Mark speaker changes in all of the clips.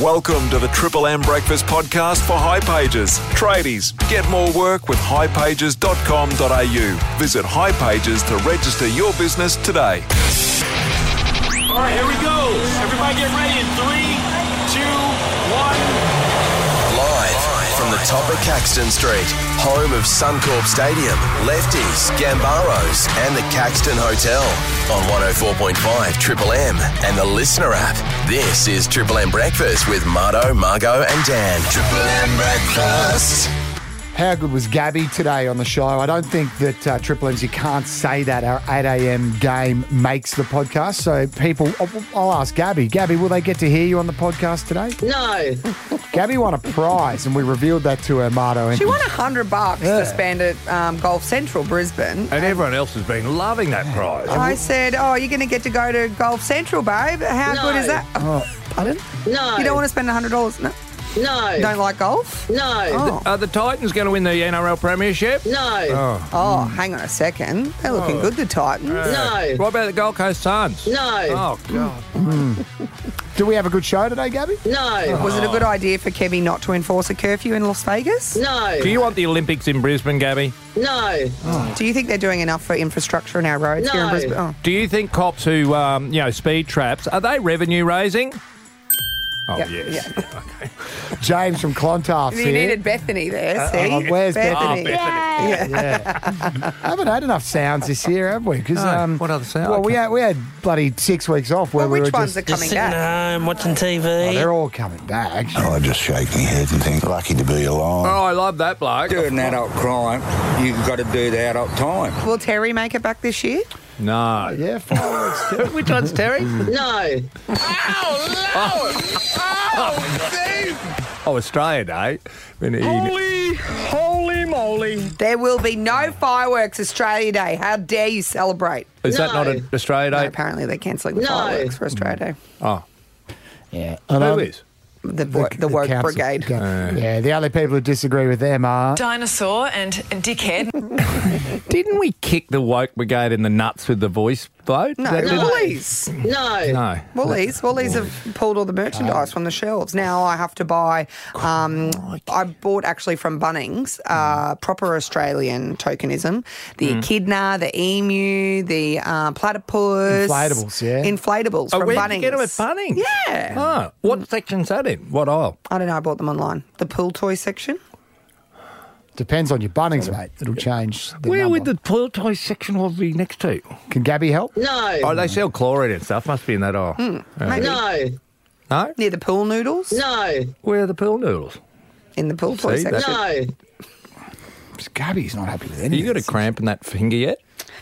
Speaker 1: Welcome to the Triple M Breakfast Podcast for High Pages. Tradies, get more work with highpages.com.au. Visit High Pages to register your business today.
Speaker 2: All right, here we go. Everybody get ready in three, two, one.
Speaker 3: Live from the top of Caxton Street, home of Suncorp Stadium, Lefties, Gambaros, and the Caxton Hotel. On 104.5 Triple M and the Listener app. This is Triple M Breakfast with Marto, Margot, and Dan. Triple M Breakfast.
Speaker 4: How good was Gabby today on the show? I don't think that uh, Triple M's, you can't say that our 8 a.m. game makes the podcast. So, people, I'll- I'll ask Gabby. Gabby, will they get to hear you on the podcast today?
Speaker 5: No.
Speaker 4: Gabby won a prize, and we revealed that to her, Marto. And
Speaker 6: She won a hundred bucks to spend at um, Golf Central Brisbane.
Speaker 7: And everyone else has been loving that prize.
Speaker 6: I said, "Oh, you're going to get to go to Golf Central, babe. How
Speaker 5: No.
Speaker 6: good is that? Oh, pardon?
Speaker 5: No.
Speaker 6: You don't want to spend a hundred dollars? No.
Speaker 5: to? No.
Speaker 6: You don't like golf?
Speaker 5: No.
Speaker 6: Oh,
Speaker 7: Are the Titans going to win the NRL Premiership?
Speaker 5: No. Oh.
Speaker 6: oh, hang on a second. They're looking good, the Titans.
Speaker 7: Uh, What
Speaker 5: No.
Speaker 7: about the Gold Coast Suns?
Speaker 5: No.
Speaker 7: Oh, God.
Speaker 4: Do we have a good show today, Gabby?
Speaker 5: Hmm. No.
Speaker 6: Was it a good idea for Kevy not to enforce a curfew in Las Vegas?
Speaker 7: Do
Speaker 5: No.
Speaker 7: you want the Olympics in Brisbane, Gabby?
Speaker 5: No.
Speaker 6: Do you think they're doing enough for infrastructure in our roads here in
Speaker 5: No.
Speaker 6: Brisbane? Oh.
Speaker 7: Do you think cops who, um, you know, speed traps, are they revenue raising? Oh,
Speaker 6: Yeah,
Speaker 7: yes.
Speaker 4: James from Clontarf's
Speaker 6: You
Speaker 4: here.
Speaker 6: needed Bethany there, see?
Speaker 4: oh, where's
Speaker 7: Oh,
Speaker 4: Bethany?
Speaker 7: Bethany.
Speaker 4: I haven't had enough sounds this year, have we? 'Cause, um,
Speaker 7: No, what other sound?
Speaker 4: Well, we had, we had bloody six weeks off where
Speaker 6: Well,
Speaker 4: we
Speaker 6: which
Speaker 4: were
Speaker 6: ones
Speaker 4: just.
Speaker 6: are coming
Speaker 8: sitting
Speaker 6: back?
Speaker 8: at home watching
Speaker 4: Oh,
Speaker 8: TV.
Speaker 4: they're all coming back.
Speaker 9: Oh, I just shake my head and think, lucky to be alive.
Speaker 7: Oh, I love that bloke.
Speaker 10: do an adult crime, you've got to do the adult time.
Speaker 6: Will Terry make it back this year?
Speaker 7: No.
Speaker 4: Yeah, five weeks.
Speaker 7: Which one's Terry?
Speaker 5: No.
Speaker 7: Oh, Australia Day. When he-
Speaker 6: Oh,
Speaker 8: holy moly.
Speaker 6: There will be no fireworks Australia Day. How dare you celebrate?
Speaker 7: is that not
Speaker 5: No.
Speaker 7: an Australia
Speaker 6: No,
Speaker 7: Day?
Speaker 6: apparently they're cancelling the
Speaker 5: No.
Speaker 6: fireworks for Australia Day.
Speaker 7: Oh,
Speaker 4: And
Speaker 7: who
Speaker 4: I'm-
Speaker 7: is? Uh.
Speaker 6: The, wo- the, woke
Speaker 4: council-
Speaker 6: brigade.
Speaker 4: go- yeah, the only people who disagree with them are
Speaker 11: dinosaur and dickhead.
Speaker 7: Didn't we kick the woke brigade in the nuts with the voice vote?
Speaker 6: No,
Speaker 7: That-
Speaker 6: the
Speaker 5: No.
Speaker 6: Woolies.
Speaker 5: No.
Speaker 7: no.
Speaker 6: Woolies. Woolies have pulled all the merchandise from the shelves. Now I have to buy. Um, I bought actually from Bunnings uh, proper Australian tokenism: the
Speaker 7: Mm.
Speaker 6: echidna, the emu, the uh, platypus,
Speaker 4: Inflatables, yeah.
Speaker 6: inflatables
Speaker 7: Oh,
Speaker 6: from
Speaker 7: where
Speaker 6: Bunnings.
Speaker 7: did you get them at Bunnings?
Speaker 6: Yeah.
Speaker 7: Oh, what section's that in? What aisle?
Speaker 6: I don't know. I bought them online. The pool toy section.
Speaker 4: depends on your Bunnings, mate. It'll change. The
Speaker 7: Where
Speaker 4: number.
Speaker 7: would the pool toy section all be next to?
Speaker 4: Can Gabby help?
Speaker 7: Oh,
Speaker 5: No.
Speaker 7: they sell chlorine and stuff. Must be in that aisle.
Speaker 6: Hmm. Maybe
Speaker 5: No.
Speaker 7: No?
Speaker 6: near the pool noodles.
Speaker 5: No.
Speaker 7: Where are the pool noodles?
Speaker 6: In the pool toy
Speaker 7: See,
Speaker 6: section.
Speaker 7: that's-
Speaker 5: No.
Speaker 4: Gabby's not happy with
Speaker 7: Have
Speaker 4: any.
Speaker 7: you got a cramp in that finger yet?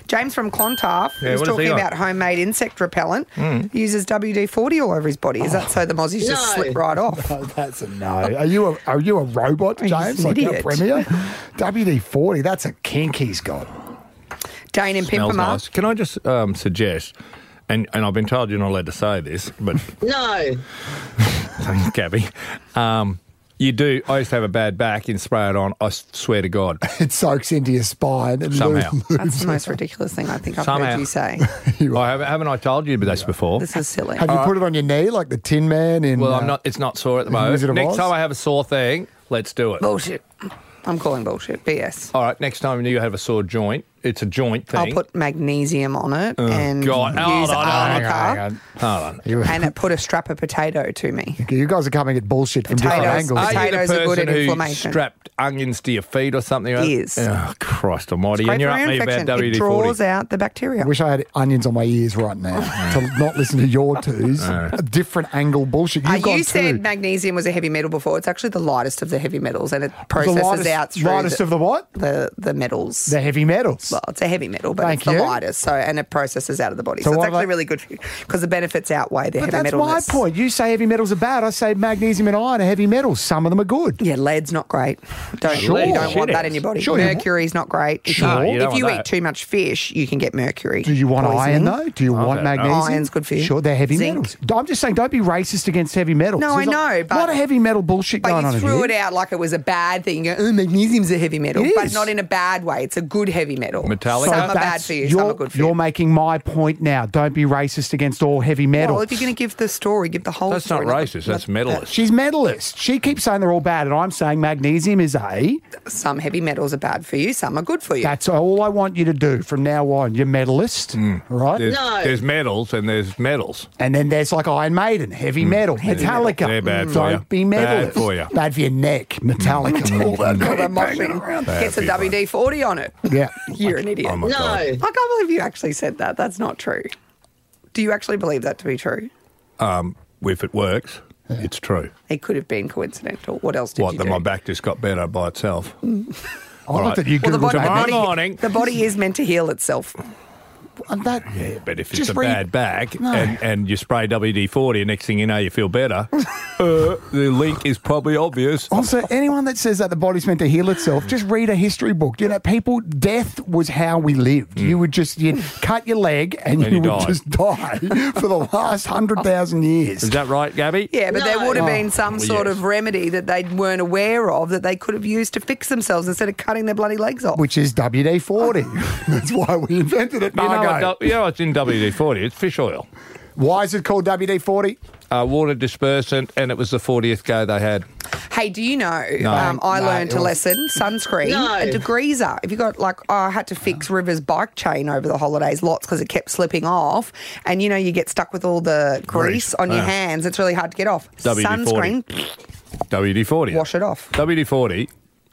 Speaker 6: James from Clontarf
Speaker 7: Yeah,
Speaker 6: was
Speaker 7: what does he
Speaker 6: talking
Speaker 7: like?
Speaker 6: about homemade insect repellent.
Speaker 7: Hmm.
Speaker 6: Uses WD forty all over his body. Is that so the mozzies just
Speaker 5: No.
Speaker 6: slip right off?
Speaker 4: Oh, that's a no. Are you a are you a
Speaker 7: Oh,
Speaker 4: robot,
Speaker 6: He's
Speaker 4: James?
Speaker 6: an
Speaker 4: Like our
Speaker 6: idiot.
Speaker 4: premier? WD forty. That's a kink he's got.
Speaker 6: Dane and
Speaker 7: Smells
Speaker 6: Pimpama.
Speaker 7: nice. Can I just um, suggest, and, and I've been told you're not allowed to say this, but
Speaker 5: No.
Speaker 7: thanks, Gabby. Um, you do. I used to have a bad back and spray it on. I s- swear to God.
Speaker 4: It soaks into your spine and
Speaker 7: Somehow.
Speaker 4: loo-
Speaker 6: That's the most ridiculous thing I think I've
Speaker 7: Somehow.
Speaker 6: heard you say.
Speaker 7: I haven't, Oh, haven't I told you this before? Uh,
Speaker 6: This is silly.
Speaker 4: Have you put it on your knee like the Tin Man? In
Speaker 7: Well,
Speaker 4: uh,
Speaker 7: I'm not. It's not sore at the moment.
Speaker 4: Wizard of
Speaker 7: Next
Speaker 4: Oz?
Speaker 7: time I have a sore thing, let's do it.
Speaker 6: bullshit. I'm calling bullshit. BS.
Speaker 7: All right. Next time you have a sore joint, it's a joint thing. Uh,
Speaker 6: I'll put magnesium on it and
Speaker 7: God. Oh,
Speaker 6: use
Speaker 7: no, no,
Speaker 4: Uh, Hang on, hang
Speaker 6: arnica
Speaker 4: on.
Speaker 7: Hold on.
Speaker 4: You,
Speaker 6: and it put a strap of potato to me.
Speaker 4: you guys are coming at bullshit from
Speaker 6: Potatoes.
Speaker 4: different angles.
Speaker 6: I- Potatoes
Speaker 7: Are
Speaker 6: are
Speaker 7: you the
Speaker 6: good
Speaker 7: person
Speaker 6: at
Speaker 7: who
Speaker 6: inflammation.
Speaker 7: strapped onions to your feet or something? or other?
Speaker 6: Yes.
Speaker 7: Oh, Christ almighty.
Speaker 6: Great
Speaker 7: and you're
Speaker 6: for
Speaker 7: up
Speaker 6: ear
Speaker 7: me about
Speaker 6: infection. It
Speaker 7: WD-40.
Speaker 6: draws out the bacteria.
Speaker 4: I wish I had onions on my ears right now to not listen to your twos. A different angle bullshit. You've
Speaker 6: Uh,
Speaker 4: gone
Speaker 6: you said
Speaker 4: two.
Speaker 6: magnesium was a heavy metal before. It's actually the lightest of the heavy metals, and it processes
Speaker 4: the lightest,
Speaker 6: out through
Speaker 4: lightest
Speaker 6: the,
Speaker 4: of the what?
Speaker 6: the, the metals.
Speaker 4: The heavy metals.
Speaker 6: well, it's a heavy metal, but
Speaker 4: Thank
Speaker 6: it's the
Speaker 4: you.
Speaker 6: lightest. So, and it processes out of the body.
Speaker 4: So
Speaker 6: So, it's
Speaker 4: what
Speaker 6: actually
Speaker 4: about-
Speaker 6: really good for you because the benefits outweigh the heavy
Speaker 4: but that's
Speaker 6: metal.
Speaker 4: my point. You say heavy metals are bad. I say magnesium and iron are heavy metals. Some of them are good.
Speaker 6: Yeah, lead's not great. Don't
Speaker 7: Sure.
Speaker 6: you don't
Speaker 7: Shit
Speaker 6: want that
Speaker 7: is.
Speaker 6: in your body.
Speaker 4: Sure you want-
Speaker 6: Mercury's not great. If
Speaker 7: No,
Speaker 6: you,
Speaker 7: you don't
Speaker 6: if you
Speaker 7: want
Speaker 6: eat
Speaker 7: that.
Speaker 6: too much fish, you can get mercury.
Speaker 4: Do you want
Speaker 6: poisoning.
Speaker 4: iron though? Do you
Speaker 7: don't
Speaker 4: want
Speaker 7: know.
Speaker 4: magnesium?
Speaker 6: Iron's good for you.
Speaker 4: Sure, they're heavy
Speaker 6: Zinc.
Speaker 4: metals. I'm just saying, don't be racist against heavy metals.
Speaker 6: No, I
Speaker 4: There's
Speaker 6: know,
Speaker 4: a
Speaker 6: but-
Speaker 4: lot of heavy metal bullshit
Speaker 6: But
Speaker 4: going on
Speaker 6: you
Speaker 4: in
Speaker 6: threw
Speaker 4: here.
Speaker 6: it out like it was a bad thing. You go, oh, magnesium's a heavy metal,
Speaker 4: It
Speaker 6: but
Speaker 4: is.
Speaker 6: not in a bad way. It's a good heavy metal. all.
Speaker 7: Metallica?
Speaker 6: Some
Speaker 7: So
Speaker 6: are bad
Speaker 4: that's-
Speaker 6: for you,
Speaker 4: you're,
Speaker 6: some are good for
Speaker 4: you're
Speaker 6: you.
Speaker 4: making my point now. Don't be racist against all heavy metal.
Speaker 6: Well, if you're going to give the story, give the whole
Speaker 7: That's not
Speaker 6: story.
Speaker 7: racist. That's medalist.
Speaker 4: She's medalist. She keeps saying they're all bad, and I'm saying magnesium is a.
Speaker 6: Some heavy metals are bad for you, some are good for you.
Speaker 4: That's all I want you to do from now on. You're medalist, right?
Speaker 7: Mm. There's, there's medals and there's medals.
Speaker 4: And then there's like Iron Maiden, heavy metal, Metallica.
Speaker 7: Mm. They're bad for
Speaker 4: Don't
Speaker 7: you.
Speaker 4: be
Speaker 7: Bad
Speaker 4: medalist.
Speaker 7: for Mm. you.
Speaker 4: Bad for your neck, Metallica. all that.
Speaker 6: All that moshing gets a
Speaker 7: people.
Speaker 6: WD 40 on it.
Speaker 4: Yeah.
Speaker 6: You're an idiot.
Speaker 7: Oh my God.
Speaker 6: I can't believe you actually said that. That's not true. Do you actually believe that to be true?
Speaker 7: Um, if it works, it's true.
Speaker 6: It could have been coincidental. What else did
Speaker 7: What?
Speaker 6: you
Speaker 7: That
Speaker 6: do?
Speaker 7: my back just got better by itself.
Speaker 4: I like
Speaker 7: right.
Speaker 4: that you
Speaker 6: Well, the
Speaker 4: Googled
Speaker 6: body,
Speaker 4: your
Speaker 6: the
Speaker 7: Tomorrow
Speaker 6: body-
Speaker 7: morning.
Speaker 6: the body is meant to heal itself.
Speaker 4: And that,
Speaker 7: Yeah, but if
Speaker 4: Just
Speaker 7: it's a bad
Speaker 4: read-
Speaker 7: back
Speaker 4: No.
Speaker 7: and, and you spray WD 40, next thing you know, you feel better, uh, the link is probably obvious.
Speaker 4: Also, Oh, anyone that says that the body's meant to heal itself, just read a history book. You know, people, death was how we lived. You would just you'd cut your leg and,
Speaker 7: Mm. And
Speaker 4: you
Speaker 7: you
Speaker 4: would
Speaker 7: died.
Speaker 4: just die for the last hundred thousand years.
Speaker 7: Is that right, Gabby?
Speaker 6: Yeah, but there would have
Speaker 4: Oh.
Speaker 6: been some
Speaker 7: Well,
Speaker 6: sort
Speaker 7: yes.
Speaker 6: of remedy that they weren't aware of that they could have used to fix themselves instead of cutting their bloody legs off.
Speaker 4: Which is WD forty. That's why we invented it.
Speaker 7: You know, what,
Speaker 4: Margo.
Speaker 7: you know what's in WD 40? It's fish oil,
Speaker 4: why is it called WD forty?
Speaker 7: uh, water dispersant, and it was the 40th go they had.
Speaker 6: Hey, do you know?
Speaker 7: No.
Speaker 6: um, I
Speaker 4: No,
Speaker 6: learned
Speaker 4: it
Speaker 6: a
Speaker 4: was-
Speaker 6: lesson: sunscreen, a degreaser. If you got like, oh, I had to fix River's bike chain over the holidays lots because it kept slipping off, and you know you get stuck with all the grease
Speaker 7: Grease.
Speaker 6: on your
Speaker 7: Yeah.
Speaker 6: hands. It's really hard to get off.
Speaker 7: WD-40.
Speaker 6: Sunscreen,
Speaker 7: WD 40.
Speaker 6: wash it off.
Speaker 7: WD 40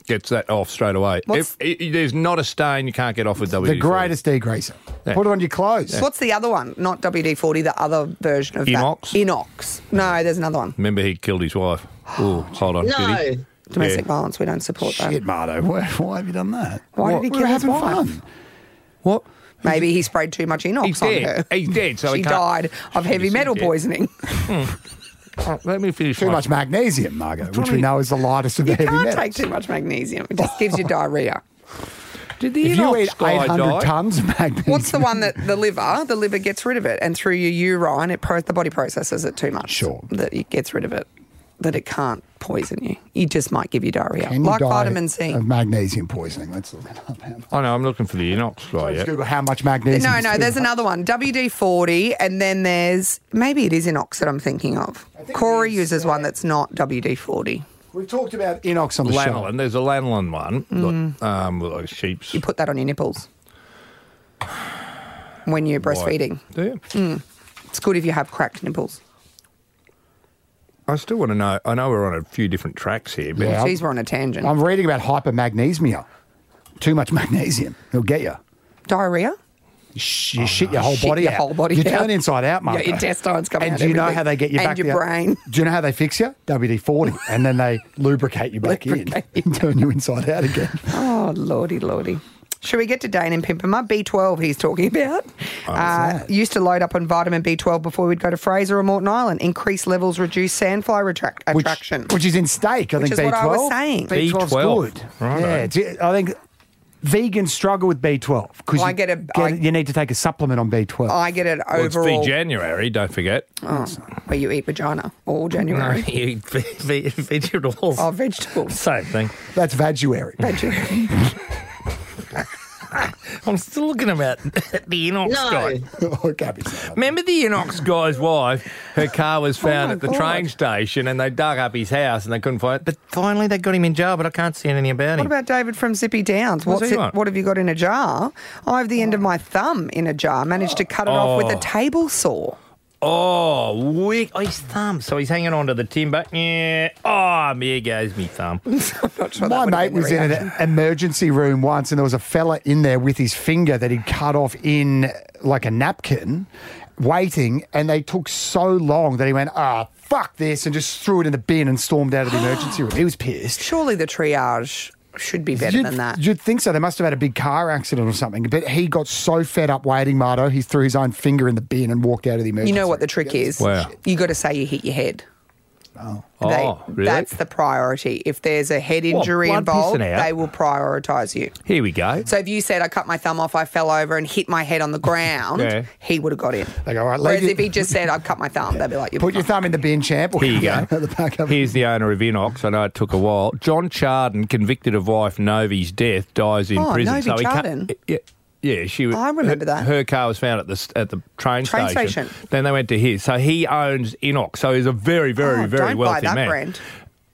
Speaker 7: gets that off straight away.
Speaker 6: What's-
Speaker 7: If, i i- there's not a stain you can't get off with WD
Speaker 4: The greatest degreaser.
Speaker 7: Yeah.
Speaker 4: Put it on your clothes.
Speaker 6: What's the other one? Not WD forty. The other version of
Speaker 7: Inox?
Speaker 6: that. Inox. No, there's another one.
Speaker 7: Remember, he killed his wife. Oh, hold on. No. Did he?
Speaker 6: Domestic violence. We don't support
Speaker 4: Shit,
Speaker 6: that.
Speaker 4: Mardo. Why, why have you done that?
Speaker 6: Why
Speaker 4: What?
Speaker 6: did he
Speaker 4: We
Speaker 6: kill
Speaker 4: We're
Speaker 6: his
Speaker 4: having
Speaker 6: wife?
Speaker 4: fun.
Speaker 7: What?
Speaker 6: Maybe he sprayed too much Inox
Speaker 7: He's
Speaker 6: on
Speaker 7: dead.
Speaker 6: her.
Speaker 7: He's dead, so
Speaker 6: she
Speaker 7: he can't-
Speaker 6: died of heavy
Speaker 7: She's
Speaker 6: metal
Speaker 7: dead.
Speaker 6: poisoning.
Speaker 7: Hmm. Oh, Let me finish.
Speaker 4: Too
Speaker 7: my-
Speaker 4: much magnesium, Margo, which we
Speaker 7: Johnny-
Speaker 4: know is the lightest of the
Speaker 6: You
Speaker 4: heavy
Speaker 6: can't
Speaker 4: metals.
Speaker 6: take too much magnesium. It just gives you diarrhea.
Speaker 7: Did the
Speaker 4: if you
Speaker 7: Inox
Speaker 4: eat
Speaker 7: guy
Speaker 4: 800
Speaker 7: die?
Speaker 4: tons of magnesium,
Speaker 6: What's the one that the liver? The liver gets rid of it, and through your urine, it pro- the body processes it too much.
Speaker 4: Sure.
Speaker 6: that it gets rid of it, that it can't poison you. You just might give you diarrhea,
Speaker 4: Can you
Speaker 6: like
Speaker 4: die
Speaker 6: vitamin C.
Speaker 4: Of magnesium poisoning. Let's look that up. Hang on.
Speaker 7: I know, Oh, I'm looking for the Inox guy.
Speaker 4: Let's
Speaker 7: Yeah.
Speaker 4: Google how much magnesium.
Speaker 6: No,
Speaker 4: is
Speaker 6: no,
Speaker 4: too
Speaker 6: there's
Speaker 4: much.
Speaker 6: another one, WD 40, and then there's maybe it is Inox that I'm thinking of.
Speaker 4: think
Speaker 6: Corey
Speaker 4: it is,
Speaker 6: uses
Speaker 4: yeah.
Speaker 6: one that's not WD 40.
Speaker 4: We've talked about inox on the show.
Speaker 7: Lanolin. There's a lanolin one. Look, um, with like sheep's.
Speaker 6: You put that on your nipples when you're breastfeeding. Mm.
Speaker 7: Do you?
Speaker 6: It's good if you have cracked nipples.
Speaker 7: I still want to know. I know we're on a few different tracks here, but
Speaker 4: Yeah.
Speaker 6: Jeez, we're on a tangent.
Speaker 4: I'm reading about hypermagnesemia. Too much magnesium. It'll get you.
Speaker 6: diarrhea?
Speaker 4: You sh-
Speaker 7: Oh,
Speaker 4: you shit your whole
Speaker 6: shit
Speaker 4: body
Speaker 6: your
Speaker 4: out.
Speaker 6: whole body
Speaker 4: you
Speaker 6: out.
Speaker 4: turn inside out,
Speaker 6: Your
Speaker 4: mate.
Speaker 6: intestines come
Speaker 4: and
Speaker 6: out,
Speaker 4: do you know
Speaker 6: everything.
Speaker 4: how they get you
Speaker 6: And
Speaker 4: back?
Speaker 6: your
Speaker 4: the-
Speaker 6: brain.
Speaker 4: Do you know how they fix you? WD forty, and then they lubricate you back in,
Speaker 6: Lubricate
Speaker 4: and turn you inside out again.
Speaker 6: Oh, lordy, lordy. Should we get to Dane and Pimpama? B12 he's talking about. Uh, used to load up on vitamin B12 before we'd go to Fraser or Morton Island. Increased levels reduce sandfly retract-
Speaker 4: Which,
Speaker 6: attraction.
Speaker 4: which is in steak, I
Speaker 6: Which
Speaker 4: think.
Speaker 6: is
Speaker 4: B12.
Speaker 6: what I was saying.
Speaker 4: B12's
Speaker 7: B12.
Speaker 4: good.
Speaker 7: Righto.
Speaker 4: Yeah, it's- I think vegans struggle with B12 because
Speaker 6: I
Speaker 4: you,
Speaker 6: get a- I-
Speaker 4: you need to take a supplement on B12.
Speaker 6: I get it
Speaker 7: Well, it's V
Speaker 6: overall
Speaker 7: January. Don't forget.
Speaker 6: where you eat vagina all January.
Speaker 7: You v- v- vegetables.
Speaker 6: Oh, vegetables.
Speaker 7: Same thing.
Speaker 4: That's veguary.
Speaker 6: Vegetarian.
Speaker 7: I'm still looking about the Inox guy.
Speaker 4: oh, Gabby said that.
Speaker 7: Remember the Inox guy's wife? Her car was found
Speaker 6: Oh my
Speaker 7: at the
Speaker 6: God.
Speaker 7: train station, and they dug up his house, and they couldn't find it. But finally, they got him in jail. But I can't see anything about
Speaker 6: What
Speaker 7: him.
Speaker 6: about David from Zippy Downs?
Speaker 7: What's
Speaker 6: What's
Speaker 7: he
Speaker 6: it,
Speaker 7: want?
Speaker 6: what have you got in a jar? I have the end of my thumb in a jar. Managed to cut it off with a
Speaker 7: Oh.
Speaker 6: table saw.
Speaker 7: Oh, wick! Oh, his thumb. So he's hanging on to the timber. Yeah. Oh, here goes me thumb.
Speaker 6: Not sure that
Speaker 4: My
Speaker 6: would have
Speaker 4: mate
Speaker 6: been the
Speaker 4: was in
Speaker 6: reaction.
Speaker 4: an emergency room once, and there was a fella in there with his finger that he'd cut off in like a napkin, waiting, and they took so long that he went, ah, fuck this, and just threw it in the bin and stormed out of the emergency room. He was pissed.
Speaker 6: Surely the triage should be better
Speaker 4: you'd,
Speaker 6: than that.
Speaker 4: You'd think so. They must have had a big car accident or something. But he got so fed up waiting, Mardo, he threw his own finger in the bin and walked out of the emergency.
Speaker 6: You know what the trick is?
Speaker 7: Wow.
Speaker 6: You got to say you hit your head.
Speaker 7: Oh, really?
Speaker 6: That's the priority. If there's a head
Speaker 7: What,
Speaker 6: injury
Speaker 7: blood
Speaker 6: involved,
Speaker 7: pissing out? Eh?
Speaker 6: they will prioritise you.
Speaker 7: Here we go.
Speaker 6: So if you said I cut my thumb off, I fell over and hit my head on the ground,
Speaker 7: Yeah.
Speaker 6: he would have got in.
Speaker 4: Like, all right, leave
Speaker 6: Whereas
Speaker 4: your-
Speaker 6: if he just said I cut my thumb, they'd be like, "You're
Speaker 4: Put your
Speaker 6: fine."
Speaker 4: thumb in the bin, champ.
Speaker 7: Here you go.
Speaker 4: At the back of
Speaker 7: Here's the owner of Inox. I know it took a while. John Charden, convicted of wife Novi's death, dies in
Speaker 6: Oh,
Speaker 7: prison.
Speaker 6: Novi
Speaker 7: he can't-
Speaker 6: Charden?
Speaker 7: Yeah, yeah, she. was-
Speaker 6: I remember
Speaker 7: her,
Speaker 6: that.
Speaker 7: her car was found at the s- at the train,
Speaker 6: Train station.
Speaker 7: Then they went to his. So he owns Inox. So he's a very, very,
Speaker 6: Oh,
Speaker 7: very
Speaker 6: don't
Speaker 7: wealthy
Speaker 6: buy that
Speaker 7: man.
Speaker 6: brand.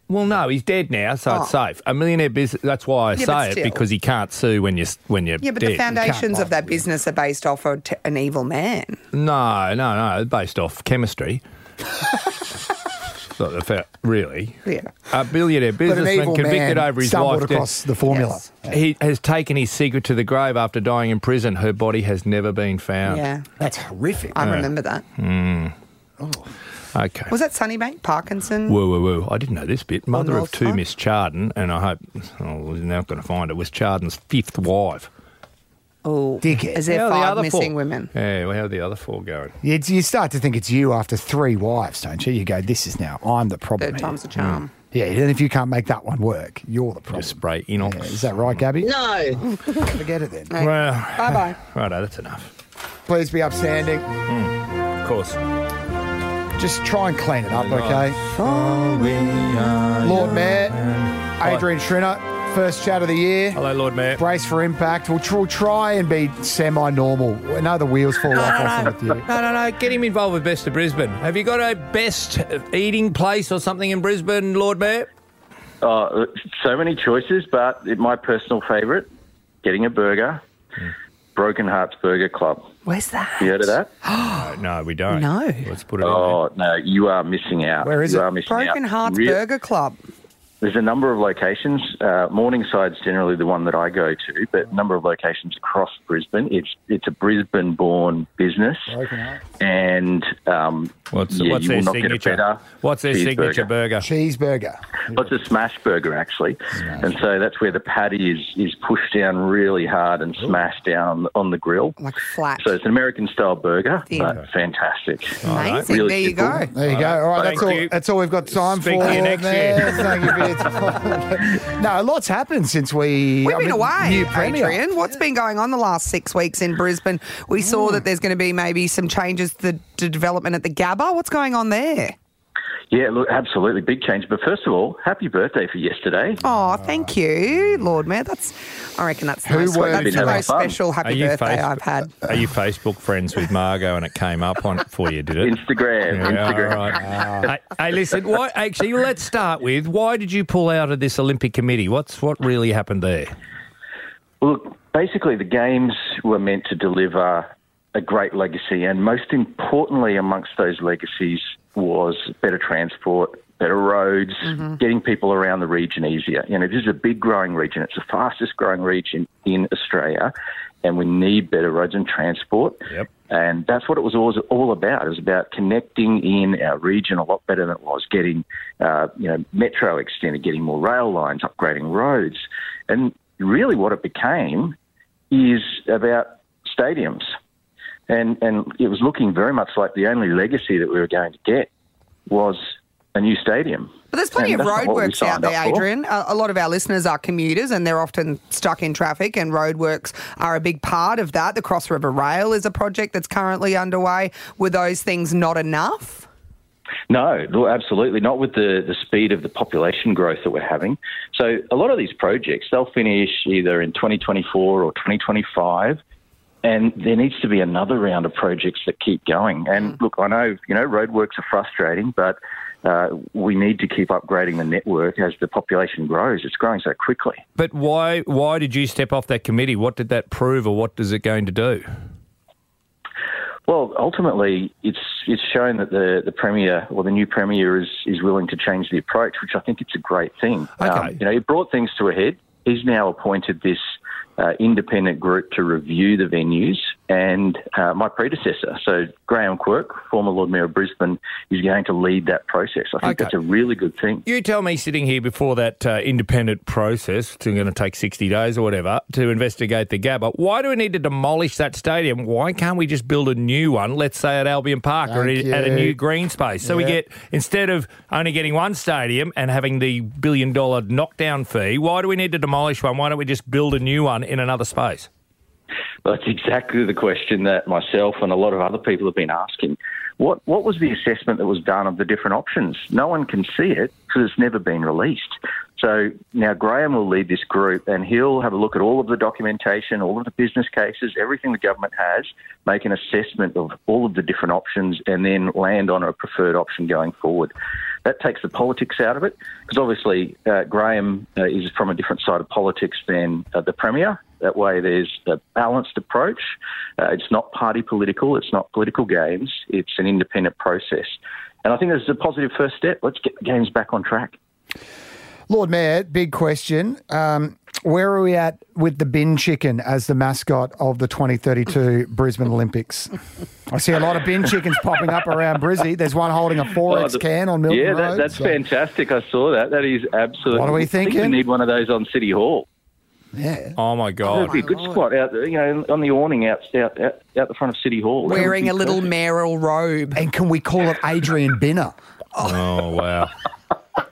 Speaker 7: Well, no, he's dead now, so it's
Speaker 6: Oh.
Speaker 7: safe. A millionaire business. That's why I
Speaker 6: Yeah, but
Speaker 7: say it
Speaker 6: still.
Speaker 7: because he can't sue when you are when you're
Speaker 6: Yeah, but
Speaker 7: dead.
Speaker 6: the foundations of that business are based off of t- an evil man.
Speaker 7: No, no, no. Based off chemistry. Not the fa- really.
Speaker 6: Yeah.
Speaker 7: A billionaire
Speaker 4: But an
Speaker 7: businessman
Speaker 4: evil
Speaker 7: convicted
Speaker 4: man
Speaker 7: over his
Speaker 4: stumbled
Speaker 7: wife.
Speaker 4: across the formula.
Speaker 6: Yes.
Speaker 7: He has taken his secret to the grave after dying in prison. Her body has never been found. Hmm.
Speaker 6: Yeah,
Speaker 4: That's horrific. Uh,
Speaker 6: I remember that.
Speaker 4: Oh.
Speaker 7: Okay.
Speaker 6: Was that Sunnybank Parkinson?
Speaker 7: Whoa, whoa, whoa. I didn't know this bit. Mother of
Speaker 6: North
Speaker 7: two,
Speaker 6: Front?
Speaker 7: Miss Charden, and I hope, oh, we're not going to find it, was Charden's fifth wife.
Speaker 6: Oh,
Speaker 4: Dickhead.
Speaker 6: is there
Speaker 7: How are the
Speaker 6: five
Speaker 7: other
Speaker 6: missing
Speaker 7: four?
Speaker 6: women?
Speaker 7: Yeah, well, how are the other four going?
Speaker 4: You, you start to think it's you after three wives, don't you? You go, this is now, I'm the problem.
Speaker 6: Third
Speaker 4: here." Mm.
Speaker 6: time's a charm.
Speaker 4: Yeah, and if you can't make that one work, you're the problem.
Speaker 7: Just spray inox.
Speaker 4: Yeah, is that right, Gabby? No. Forget it then.
Speaker 7: Well,
Speaker 6: Bye bye.
Speaker 7: righto, oh, that's enough.
Speaker 4: Please be upstanding.
Speaker 7: Mm. Of course.
Speaker 4: Just try and clean it up, okay? Lord Mayor, Adrian Schrinner, first chat of the year.
Speaker 7: Hello, Lord Mayor.
Speaker 4: Brace for impact. We'll, tr- we'll try and be semi-normal. I know the wheels fall
Speaker 6: Ah.
Speaker 4: off often with you.
Speaker 7: No, no, no. Get him involved with Best of Brisbane. Have you got a best eating place or something in Brisbane, Lord Mayor?
Speaker 5: Oh, so many choices, but it, my personal favourite, getting a burger, Broken Hearts Burger Club.
Speaker 6: Where's that?
Speaker 5: You heard of that?
Speaker 7: No, we don't.
Speaker 6: No.
Speaker 7: Let's put it on.
Speaker 5: Oh no, you are missing out.
Speaker 4: Where is
Speaker 5: you
Speaker 4: it?
Speaker 5: Are missing
Speaker 6: Broken
Speaker 5: out.
Speaker 6: Hearts
Speaker 5: Real-
Speaker 6: Burger Club.
Speaker 5: There's a number of locations. Uh, Morningside's generally the one that I go to, but a number of locations across Brisbane. It's it's a Brisbane-born business,
Speaker 4: Broken Hearts.
Speaker 5: and um,
Speaker 7: What's,
Speaker 5: yeah,
Speaker 7: what's
Speaker 5: you
Speaker 7: their
Speaker 5: will not get a
Speaker 7: signature?
Speaker 5: better
Speaker 7: What's their
Speaker 5: cheeseburger.
Speaker 7: signature burger?
Speaker 4: Cheeseburger.
Speaker 5: It's a smash burger actually, and so that's where the patty is is pushed down really hard and smashed down on the grill.
Speaker 6: Like flat.
Speaker 5: So it's an American style burger,
Speaker 6: Thin.
Speaker 5: but fantastic.
Speaker 6: Amazing.
Speaker 5: Really
Speaker 6: there you
Speaker 5: simple.
Speaker 6: go.
Speaker 4: There you go. All right,
Speaker 7: Thank
Speaker 4: that's all.
Speaker 7: you.
Speaker 4: That's all we've got time
Speaker 7: Speak
Speaker 4: for.
Speaker 7: to you next
Speaker 4: there.
Speaker 7: year.
Speaker 4: Thank you for your time. no, a lot's happened since we.
Speaker 6: We've
Speaker 4: I
Speaker 6: been
Speaker 4: mean,
Speaker 6: away,
Speaker 4: new premier. Hmm.
Speaker 6: Adrian. What's been going on the last six weeks in Brisbane? We saw that there's going to be maybe some changes to, to development at the Gabba. What's going on there?
Speaker 5: Yeah, look, absolutely big change. But first of all, happy birthday for yesterday.
Speaker 6: Oh, thank you, Lord Mayor. That's, I reckon that's the
Speaker 4: Uh, Who
Speaker 6: most,
Speaker 4: were
Speaker 6: that's
Speaker 5: you
Speaker 6: the
Speaker 5: having
Speaker 6: most
Speaker 5: fun?
Speaker 6: special happy birthday
Speaker 7: Face-
Speaker 6: I've had.
Speaker 7: Are you Facebook friends with Margot and it came up on for you, did it?
Speaker 5: Instagram, Instagram.
Speaker 7: all right. hey, hey, listen. Why, actually, let's start with why did you pull out of this Olympic committee? What's what really happened there?
Speaker 5: Well, look, basically, the games were meant to deliver a great legacy, and most importantly, amongst those legacies was better transport, better roads, getting people around the region easier. You know, this is a big growing region; it's the fastest growing region in Australia, and we need better roads and transport.
Speaker 7: Yep.
Speaker 5: And that's what it was always all about. It was about connecting in our region a lot better than it was getting, uh, you know, metro extended, getting more rail lines, upgrading roads, and really what it became is about stadiums. And, and it was looking very much like the only legacy that we were going to get was a new stadium.
Speaker 6: But there's plenty of
Speaker 5: And that's not what we
Speaker 6: roadworks out
Speaker 5: signed up
Speaker 6: there,
Speaker 5: for.
Speaker 6: Adrian. A, a lot of our listeners are commuters and they're often stuck in traffic, and roadworks are a big part of that. The Cross River Rail is a project that's currently underway. Were those things not enough?
Speaker 5: No, no, absolutely not with the, the speed of the population growth that we're having. So a lot of these projects, they'll finish either in 2024 or 2025. And there needs to be another round of projects that keep going. And look, I know you know roadworks are frustrating, but uh, we need to keep upgrading the network as the population grows. It's growing so quickly.
Speaker 7: But why why did you step off that committee? What did that prove, or what is it going to do?
Speaker 5: Well, ultimately, it's it's shown that the, the premier or the new premier is is willing to change the approach, which I think it's a great thing. Um,
Speaker 7: Okay.
Speaker 5: you know, he brought things to a head. He's now appointed this uh, independent group to review the venues, and uh, my predecessor, so Graham Quirk, former Lord Mayor of Brisbane, is going to lead that process. I think
Speaker 7: Okay.
Speaker 5: that's a really good thing.
Speaker 7: You tell me, sitting here before that uh, independent process, it's going to take sixty days or whatever to investigate the Gabba. Why do we need to demolish that stadium? Why can't we just build a new one? Let's say at Albion Park or
Speaker 4: Thank
Speaker 7: at, at a
Speaker 4: you.
Speaker 7: new green space. So we
Speaker 4: Yeah.
Speaker 7: get instead of only getting one stadium and having the billion dollar knockdown fee. Why do we need to demolish one? Why don't we just build a new one in another space?
Speaker 5: That's exactly the question that myself and a lot of other people have been asking. What what was the assessment that was done of the different options? No one can see it because it's never been released. So now Graham will lead this group and he'll have a look at all of the documentation, all of the business cases, everything the government has, make an assessment of all of the different options and then land on a preferred option going forward. That takes the politics out of it because obviously uh, Graham uh, is from a different side of politics than uh, the Premier. That way, there's a balanced approach. Uh, it's not party political, it's not political games, it's an independent process. And I think this is a positive first step. Let's get the games back on track.
Speaker 4: Lord Mayor, big question. Um, where are we at with the bin chicken as the mascot of the 2032 Brisbane Olympics? I see a lot of bin chickens popping up around Brizzy. There's one holding a 4X
Speaker 5: Oh, the-
Speaker 4: can on Milton
Speaker 5: yeah,
Speaker 4: Road.
Speaker 5: that, that's
Speaker 4: so-
Speaker 5: fantastic. I saw that. That is absolutely.
Speaker 4: What are we
Speaker 5: I think
Speaker 4: thinking?
Speaker 5: we need one of those on City Hall.
Speaker 4: Yeah.
Speaker 7: Oh my
Speaker 5: That
Speaker 7: god.
Speaker 5: would be a good spot out there, you know, on the awning out out, out, out the front of City Hall. That would
Speaker 6: Wearing
Speaker 5: be
Speaker 6: a little
Speaker 5: perfect.
Speaker 6: mayoral robe.
Speaker 4: And can we call it Adrian Binner?
Speaker 7: Oh wow.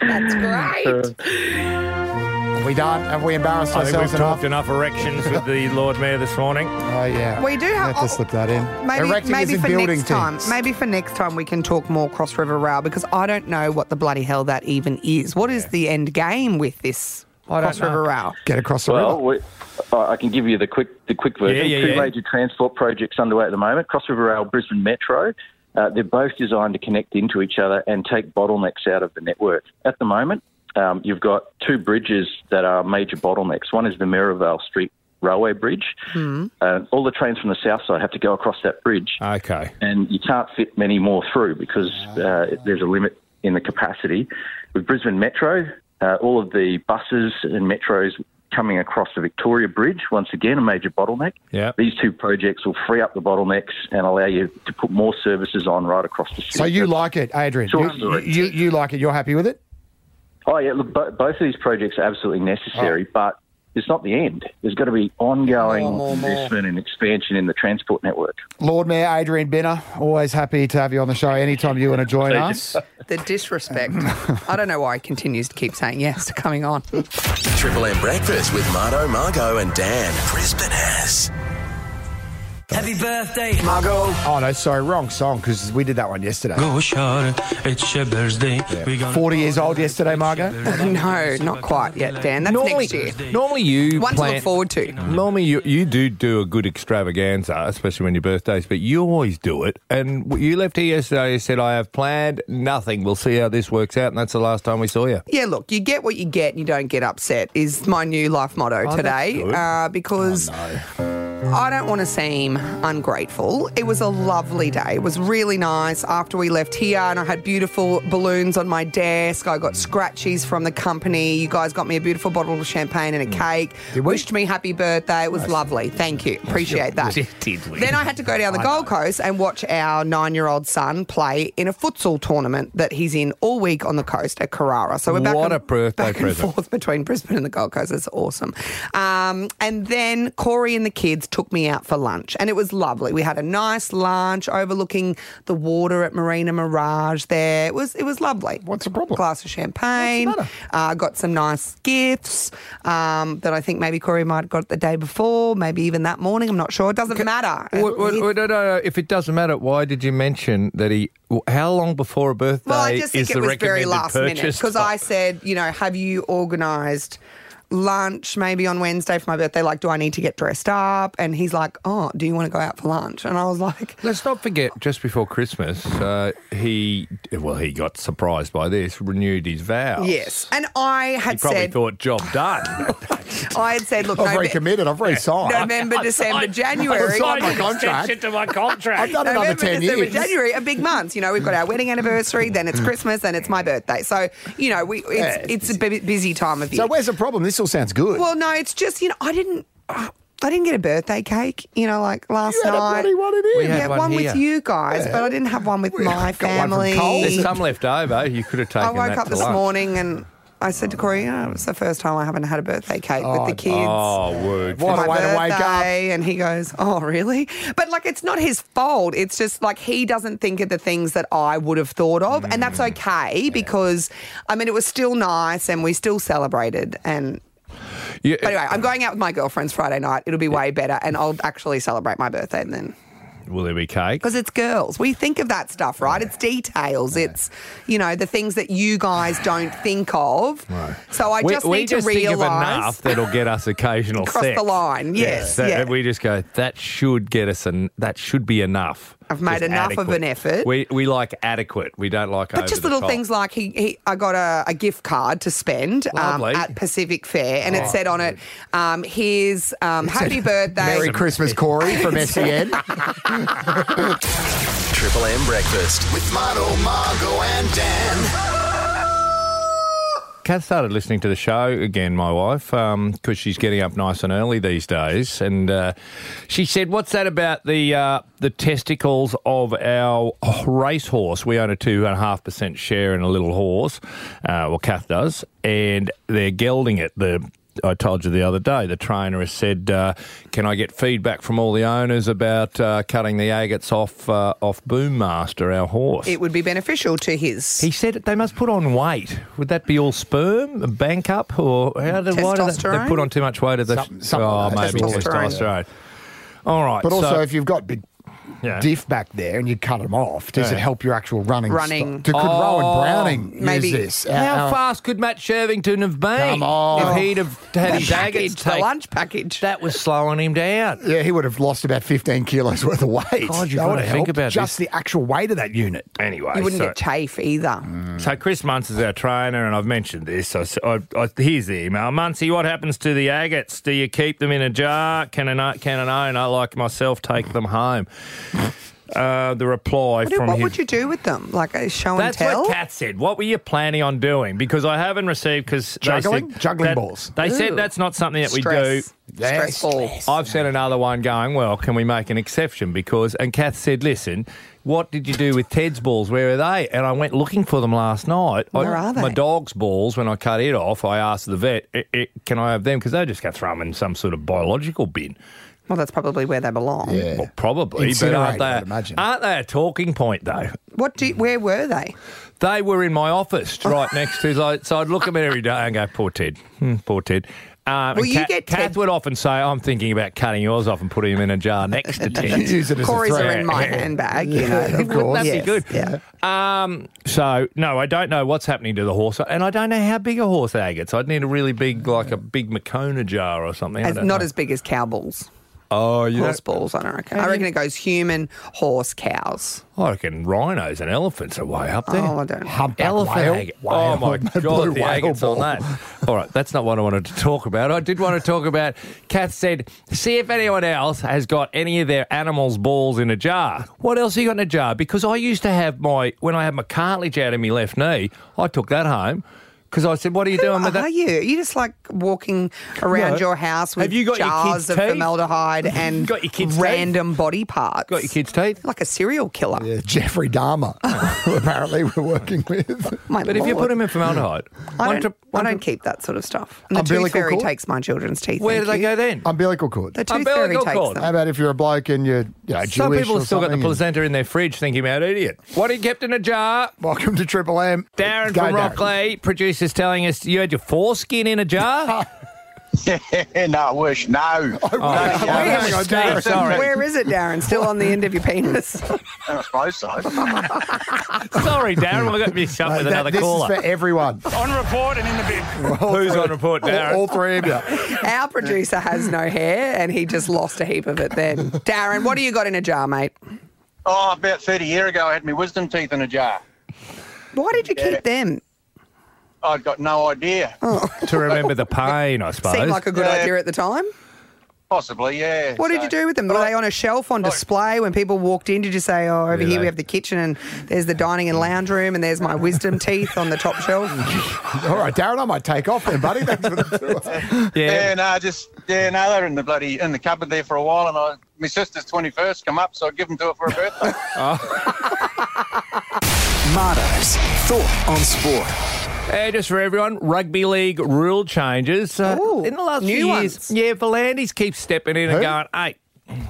Speaker 6: That's great.
Speaker 4: Have we done? Have we embarrassed
Speaker 7: I think we've
Speaker 4: ourselves enough?
Speaker 7: talked enough erections with the Lord Mayor this morning.
Speaker 4: Oh yeah.
Speaker 6: We do have-
Speaker 4: Have to slip that in.
Speaker 6: Maybe,
Speaker 4: Erecting
Speaker 6: maybe
Speaker 4: is in
Speaker 6: for
Speaker 4: building
Speaker 6: next time.
Speaker 4: things.
Speaker 6: Maybe for next time we can talk more Cross River Rail because I don't know what the bloody hell that even is. What is the end game with this
Speaker 7: I don't
Speaker 6: Cross River
Speaker 7: know.
Speaker 6: Rail?
Speaker 4: Get across the
Speaker 5: Well,
Speaker 4: river.
Speaker 5: we, uh, I I can give you the quick the quick version.
Speaker 7: Yeah, yeah,
Speaker 5: Two
Speaker 7: yeah.
Speaker 5: major transport projects underway at the moment: Cross River Rail, Brisbane Metro. Uh, they're both designed to connect into each other and take bottlenecks out of the network. At the moment, um, you've got two bridges that are major bottlenecks. One is the Merivale Street Railway Bridge. Uh, all the trains from the south side have to go across that bridge
Speaker 7: Okay.
Speaker 5: and you can't fit many more through because uh, there's a limit in the capacity. With Brisbane Metro, uh, all of the buses and metros coming across the Victoria Bridge, once again, a major bottleneck.
Speaker 7: Yeah.
Speaker 5: These two projects will free up the bottlenecks and allow you to put more services on right across the city.
Speaker 4: So you like it, Adrian?
Speaker 5: Sure,
Speaker 4: You-
Speaker 5: sure.
Speaker 4: you, you like it? You're happy with it?
Speaker 5: Oh, yeah, look, bo- both of these projects are absolutely necessary, but it's not the end. There's got to be ongoing investment and expansion in the transport network.
Speaker 4: Lord Mayor Adrian Binner, always happy to have you on the show anytime you want to join us.
Speaker 6: The disrespect. I don't know why he continues to keep saying yes to coming on.
Speaker 3: Triple M Breakfast with Marto, Margot, and Dan. Brisbane has.
Speaker 12: Happy birthday.
Speaker 4: Margot. Oh, no, sorry, wrong song because we did that one yesterday.
Speaker 12: Go shout it, it's your birthday. We gonna
Speaker 4: 40 years old yesterday, Margot.
Speaker 6: no, not quite yet, Dan. That's
Speaker 7: normally,
Speaker 6: next year.
Speaker 7: normally you
Speaker 6: One to
Speaker 7: plan,
Speaker 6: look forward to.
Speaker 7: Normally you, you do do a good extravaganza, especially when your birthdays, but you always do it. And w- you left here yesterday. You said, "I have planned nothing. We'll see how this works out." And that's the last time we saw you.
Speaker 6: Yeah, look, you get what you get and you don't get upset is my new life motto
Speaker 7: that's
Speaker 6: today
Speaker 7: good.
Speaker 6: uh, because I don't want to seem ungrateful. It was a lovely day. It was really nice after we left here and I had beautiful balloons on my desk. I got scratchies from the company. You guys got me a beautiful bottle of champagne and a cake. Wished me happy birthday. It was lovely. Thank you. Appreciate that. Then I had to go down the Gold Coast and watch our nine year old son play in a futsal tournament that he's in all week on the coast at Carrara. So we're back,
Speaker 7: What
Speaker 6: and,
Speaker 7: a birthday
Speaker 6: back and
Speaker 7: present.
Speaker 6: forth between Brisbane and the Gold Coast. It's awesome. Um, and then Corey and the kids took me out for lunch and it was lovely. We had a nice lunch overlooking the water at Marina Mirage there. It was it was lovely.
Speaker 4: What's the problem?
Speaker 6: Glass of champagne. Uh, got some nice gifts um, that I think maybe Corey might have got the day before, maybe even that morning. I'm not sure. It doesn't matter.
Speaker 7: Well, well, well, no, no, no. If it doesn't matter, why did you mention that he? w- How long before a birthday
Speaker 6: Well, I just think
Speaker 7: is
Speaker 6: it
Speaker 7: the
Speaker 6: was very
Speaker 7: recommended
Speaker 6: last minute
Speaker 7: purchase
Speaker 6: because I said, you know, have you organised lunch maybe on Wednesday for my birthday? Like, do I need to get dressed up? And he's like, oh, do you want to go out for lunch? And I was like,
Speaker 7: Let's not forget, just before Christmas, uh, he well, he got surprised by this, renewed his vows.
Speaker 6: yes. And I
Speaker 7: he
Speaker 6: had
Speaker 7: probably
Speaker 6: said,
Speaker 7: thought job done.
Speaker 6: I had said, look,
Speaker 4: I've
Speaker 6: Nove-
Speaker 4: recommitted, I've re signed.
Speaker 6: November, December, January.
Speaker 4: signed my contract.
Speaker 7: to my contract.
Speaker 4: I've done another
Speaker 6: November,
Speaker 4: 10
Speaker 6: December,
Speaker 4: years.
Speaker 6: January are big months. You know, we've got our wedding anniversary, then it's Christmas, then it's my birthday. So, you know, we it's, it's, a bu- busy time of year.
Speaker 4: So where's the problem? This all sounds good.
Speaker 6: Well, no, it's just you know I didn't. I didn't get a birthday cake, you know, like last
Speaker 4: had a
Speaker 6: night.
Speaker 4: bloody one in here. We
Speaker 6: Yeah,
Speaker 7: had one
Speaker 6: one,
Speaker 7: here.
Speaker 6: with you guys, but I didn't have one with my
Speaker 4: got one from
Speaker 6: family.
Speaker 4: Coles.
Speaker 7: There's some left over. You could have taken
Speaker 6: I woke
Speaker 7: that
Speaker 6: up
Speaker 7: to
Speaker 6: this
Speaker 7: lunch.
Speaker 6: morning and I said to Corey, you know, it's the first time I haven't had a birthday cake with the kids.
Speaker 7: Oh, word.
Speaker 4: What
Speaker 6: My
Speaker 4: a way to wake up.
Speaker 6: birthday, And he goes, Oh, really? But like, it's not his fault. It's just like he doesn't think of the things that I would have thought of. And that's
Speaker 7: Mm.
Speaker 6: okay because, I mean, it was still nice and we still celebrated. And
Speaker 7: Yeah,
Speaker 6: but anyway, I'm going out with my girlfriends Friday night. It'll be way better, and I'll actually celebrate my birthday then.
Speaker 7: Will there be cake?
Speaker 6: Because it's girls. We think of that stuff, right? It's details. It's, you know, the things that you guys don't think of. So Oh, I
Speaker 7: we,
Speaker 6: just
Speaker 7: we
Speaker 6: need
Speaker 7: just
Speaker 6: to
Speaker 7: think of
Speaker 6: realise.
Speaker 7: enough that'll get us occasional
Speaker 6: Cross the
Speaker 7: sex.
Speaker 6: line, yes,
Speaker 7: That-
Speaker 6: yeah.
Speaker 7: that we just go. That should get us, and that should be enough.
Speaker 6: I've made
Speaker 7: Just
Speaker 6: enough of
Speaker 7: adequate.
Speaker 6: an effort.
Speaker 7: We we like adequate. We don't like
Speaker 6: But just little things like he, he I got a, a gift card to spend um,
Speaker 7: Lovely.
Speaker 6: at Pacific Fair, and it
Speaker 7: Oh,
Speaker 6: said on it, um, "Here's um, happy birthday,
Speaker 4: Merry Christmas, Corey from
Speaker 7: E
Speaker 4: SEN.
Speaker 3: Triple M Breakfast with Marto, Margo, and Dan.
Speaker 7: Kath started listening to the show again, my wife, because she's getting up nice and early these days. And uh, she said, "What's that about the uh, the testicles of our racehorse? We own a two and a half percent share in a little horse. Uh, well, Kath does, and they're gelding it. The I told you the other day, the trainer has said, uh, "Can I get feedback from all the owners about uh, cutting the agates off uh, off Boommaster, our horse?"
Speaker 6: It would be beneficial to his
Speaker 7: He said they must put on weight. Would that be all sperm, bank up, or how did why did they, they
Speaker 6: Testosterone?
Speaker 7: put on too much weight? Or they,
Speaker 4: Something- something
Speaker 7: oh,
Speaker 4: like that.
Speaker 7: maybe
Speaker 4: Testosterone.
Speaker 7: testosterone. All right,
Speaker 4: But also,
Speaker 7: so-
Speaker 4: if you've got big
Speaker 7: Yeah.
Speaker 4: diff back there and you cut them off, does it
Speaker 7: Yeah.
Speaker 4: help your actual running?
Speaker 6: Running.
Speaker 4: sto- Do- could
Speaker 7: Oh,
Speaker 4: Rowan Browning
Speaker 6: maybe.
Speaker 4: use this?
Speaker 7: how
Speaker 4: Our-
Speaker 7: fast could Matt Shervington have been
Speaker 4: Come on.
Speaker 7: if he'd have had his
Speaker 6: package,
Speaker 7: daggers
Speaker 6: the
Speaker 7: taken?
Speaker 6: lunch package.
Speaker 7: That was slowing him down.
Speaker 4: Yeah, he would have lost about 15 kilos worth of weight.
Speaker 7: God, you've
Speaker 4: That
Speaker 7: got
Speaker 4: would
Speaker 7: to
Speaker 4: have
Speaker 7: think
Speaker 4: helped.
Speaker 7: about
Speaker 4: Just the actual weight of that unit.
Speaker 7: Anyway,
Speaker 6: you wouldn't
Speaker 7: so-
Speaker 6: get chafe either.
Speaker 7: So Chris Munce is our trainer, and I've mentioned this. I, I, I- here's the email, Muncie. What happens to the agates? Do you keep them in a jar? Can an o- can an owner like myself take them home? Uh, the reply
Speaker 6: What, do-
Speaker 7: from
Speaker 6: what
Speaker 7: him.
Speaker 6: would you do with them? Like a show
Speaker 7: That's
Speaker 6: and tell?
Speaker 7: what Kat said. What were you planning on doing? Because I haven't received because
Speaker 4: Juggling? Juggling
Speaker 7: that,
Speaker 4: balls.
Speaker 7: They
Speaker 6: Ooh.
Speaker 7: said that's not something that we do.
Speaker 6: Stress.
Speaker 4: Yes.
Speaker 6: Stress ball.
Speaker 7: I've sent another one going, well, can we make an exception? Because, and Kath said, listen, what did you do with Ted's balls? Where are they? And I went looking for them last night. I-
Speaker 6: Where are they?
Speaker 7: My dog's balls, when I cut it off, I asked the vet, "I- I- can I have them? Because they just got thrown in some sort of biological bin.
Speaker 6: Well, that's probably where they belong.
Speaker 7: Well, probably. But
Speaker 4: Incinerated,
Speaker 7: aren't
Speaker 4: I'd
Speaker 7: they,
Speaker 4: imagine.
Speaker 7: aren't they a talking point, though?
Speaker 6: What do? You, where were they?
Speaker 7: They were in my office right next to, so, so I'd look at them every day and go, poor Ted, Hmm, poor Ted. Um,
Speaker 6: Well,
Speaker 7: and
Speaker 6: you
Speaker 7: Kath,
Speaker 6: get
Speaker 7: Kath
Speaker 6: Ted-
Speaker 7: would often say, I'm thinking about cutting yours off and putting them in a jar next to Ted's.
Speaker 4: Use it as
Speaker 6: Corey's
Speaker 4: a
Speaker 6: are
Speaker 4: threat.
Speaker 6: in my handbag. You know,
Speaker 4: of course.
Speaker 7: That'd
Speaker 6: Yes,
Speaker 7: be good.
Speaker 6: Yeah.
Speaker 7: Um, so no, I don't know what's happening to the horse, and I don't know how big a horse agates. I'd need a really big, like a big Makona jar or something. I
Speaker 6: As,
Speaker 7: don't
Speaker 6: not
Speaker 7: know.
Speaker 6: as big as cow balls.
Speaker 7: oh, you
Speaker 6: Horse
Speaker 7: don't-
Speaker 6: balls, I don't reckon. I
Speaker 7: you-
Speaker 6: reckon it goes human, horse, cows.
Speaker 7: I reckon rhinos and elephants are way up there.
Speaker 6: Oh, I don't know.
Speaker 4: Humpback whale,
Speaker 7: agate.
Speaker 4: whale,
Speaker 7: oh my
Speaker 4: blue
Speaker 7: god, the
Speaker 4: whale
Speaker 7: agates on
Speaker 4: ball.
Speaker 7: that. All right, that's not what I wanted to talk about. I did want to talk about. Kath said, "See if anyone else has got any of their animals' balls in a jar." What else have you got in a jar? Because I used to have my when I had my cartilage out of my left knee, I took that home because I said, "What are you doing
Speaker 6: Who
Speaker 7: with
Speaker 6: are
Speaker 7: that?"
Speaker 6: you? You just like walking around
Speaker 7: No.
Speaker 6: your house with
Speaker 7: Have you got your
Speaker 6: jars
Speaker 7: kids'
Speaker 6: of
Speaker 7: teeth?
Speaker 6: formaldehyde and
Speaker 7: Got your kids' teeth?
Speaker 6: random body parts.
Speaker 7: Got your kids' teeth.
Speaker 6: Like a serial killer.
Speaker 4: Yeah, Jeffrey Dahmer, who apparently we're working with.
Speaker 6: My
Speaker 7: But if you
Speaker 6: lord.
Speaker 7: put them in formaldehyde,
Speaker 6: I
Speaker 7: one
Speaker 6: don't,
Speaker 7: to-
Speaker 6: I
Speaker 7: one to-
Speaker 6: don't keep that sort of stuff. And the tooth
Speaker 4: Umbilical
Speaker 6: fairy
Speaker 4: cord?
Speaker 6: takes my children's teeth.
Speaker 7: where do
Speaker 6: thank
Speaker 7: they
Speaker 6: you.
Speaker 7: go then?
Speaker 4: Umbilical cord.
Speaker 6: The tooth fairy
Speaker 7: Umbilical
Speaker 6: takes
Speaker 7: cord.
Speaker 6: them.
Speaker 4: How about if you're a bloke and you're you know, Jewish
Speaker 7: Some people
Speaker 4: or
Speaker 7: have still got the
Speaker 4: something and-
Speaker 7: placenta in their fridge, thinking about idiot. What he kept in a jar.
Speaker 4: Welcome to Triple M.
Speaker 7: Darren
Speaker 4: Go,
Speaker 7: from
Speaker 4: Darren.
Speaker 7: Rockley, producer's telling us you had your foreskin in a jar.
Speaker 9: no, I wish. No.
Speaker 7: Oh, hang on, Darren, sorry,
Speaker 6: Where is it, Darren? Still on the end of your penis?
Speaker 9: I suppose so.
Speaker 7: sorry, Darren. We got mixed up
Speaker 4: Uh,
Speaker 7: with
Speaker 4: that-
Speaker 7: another
Speaker 4: this
Speaker 7: caller.
Speaker 4: is for everyone.
Speaker 12: On report and in the bin.
Speaker 7: Who's on report,
Speaker 4: all,
Speaker 7: Darren?
Speaker 4: all three of you.
Speaker 6: Our producer has no hair, and he just lost a heap of it. Then, Darren, what do you got in a jar, mate?
Speaker 9: Oh, about 30 year ago, I had my wisdom teeth in a jar.
Speaker 6: Why did you keep them?
Speaker 9: I'd got no idea.
Speaker 7: Oh. to remember the pain, I suppose.
Speaker 6: Seemed like a good
Speaker 9: Yeah.
Speaker 6: idea at the time.
Speaker 9: Possibly, yeah.
Speaker 6: What did
Speaker 9: So-
Speaker 6: you do with them? Were they on a shelf
Speaker 13: Oh.
Speaker 6: on display when people walked in? Did you say, "Oh, over
Speaker 7: Yeah,
Speaker 6: here
Speaker 7: they-
Speaker 6: we have the kitchen, and there's the dining and lounge room, and there's my wisdom teeth on the top shelf"?
Speaker 4: All right, Darren, I might take off then, buddy. Thanks for the
Speaker 9: Yeah,
Speaker 7: yeah.
Speaker 9: no, uh, just yeah, no, they were in the bloody in the cupboard there for a while, and I, my sister's twenty first come up, so I give them to her for her birthday.
Speaker 3: Marto's Thought on Sport.
Speaker 7: Uh, just for everyone, rugby league rule changes uh,
Speaker 6: Ooh,
Speaker 7: in the last
Speaker 6: new
Speaker 7: few years.
Speaker 6: ones.
Speaker 7: Yeah, Volandis keeps stepping in
Speaker 4: Who?
Speaker 7: and going, "Hey,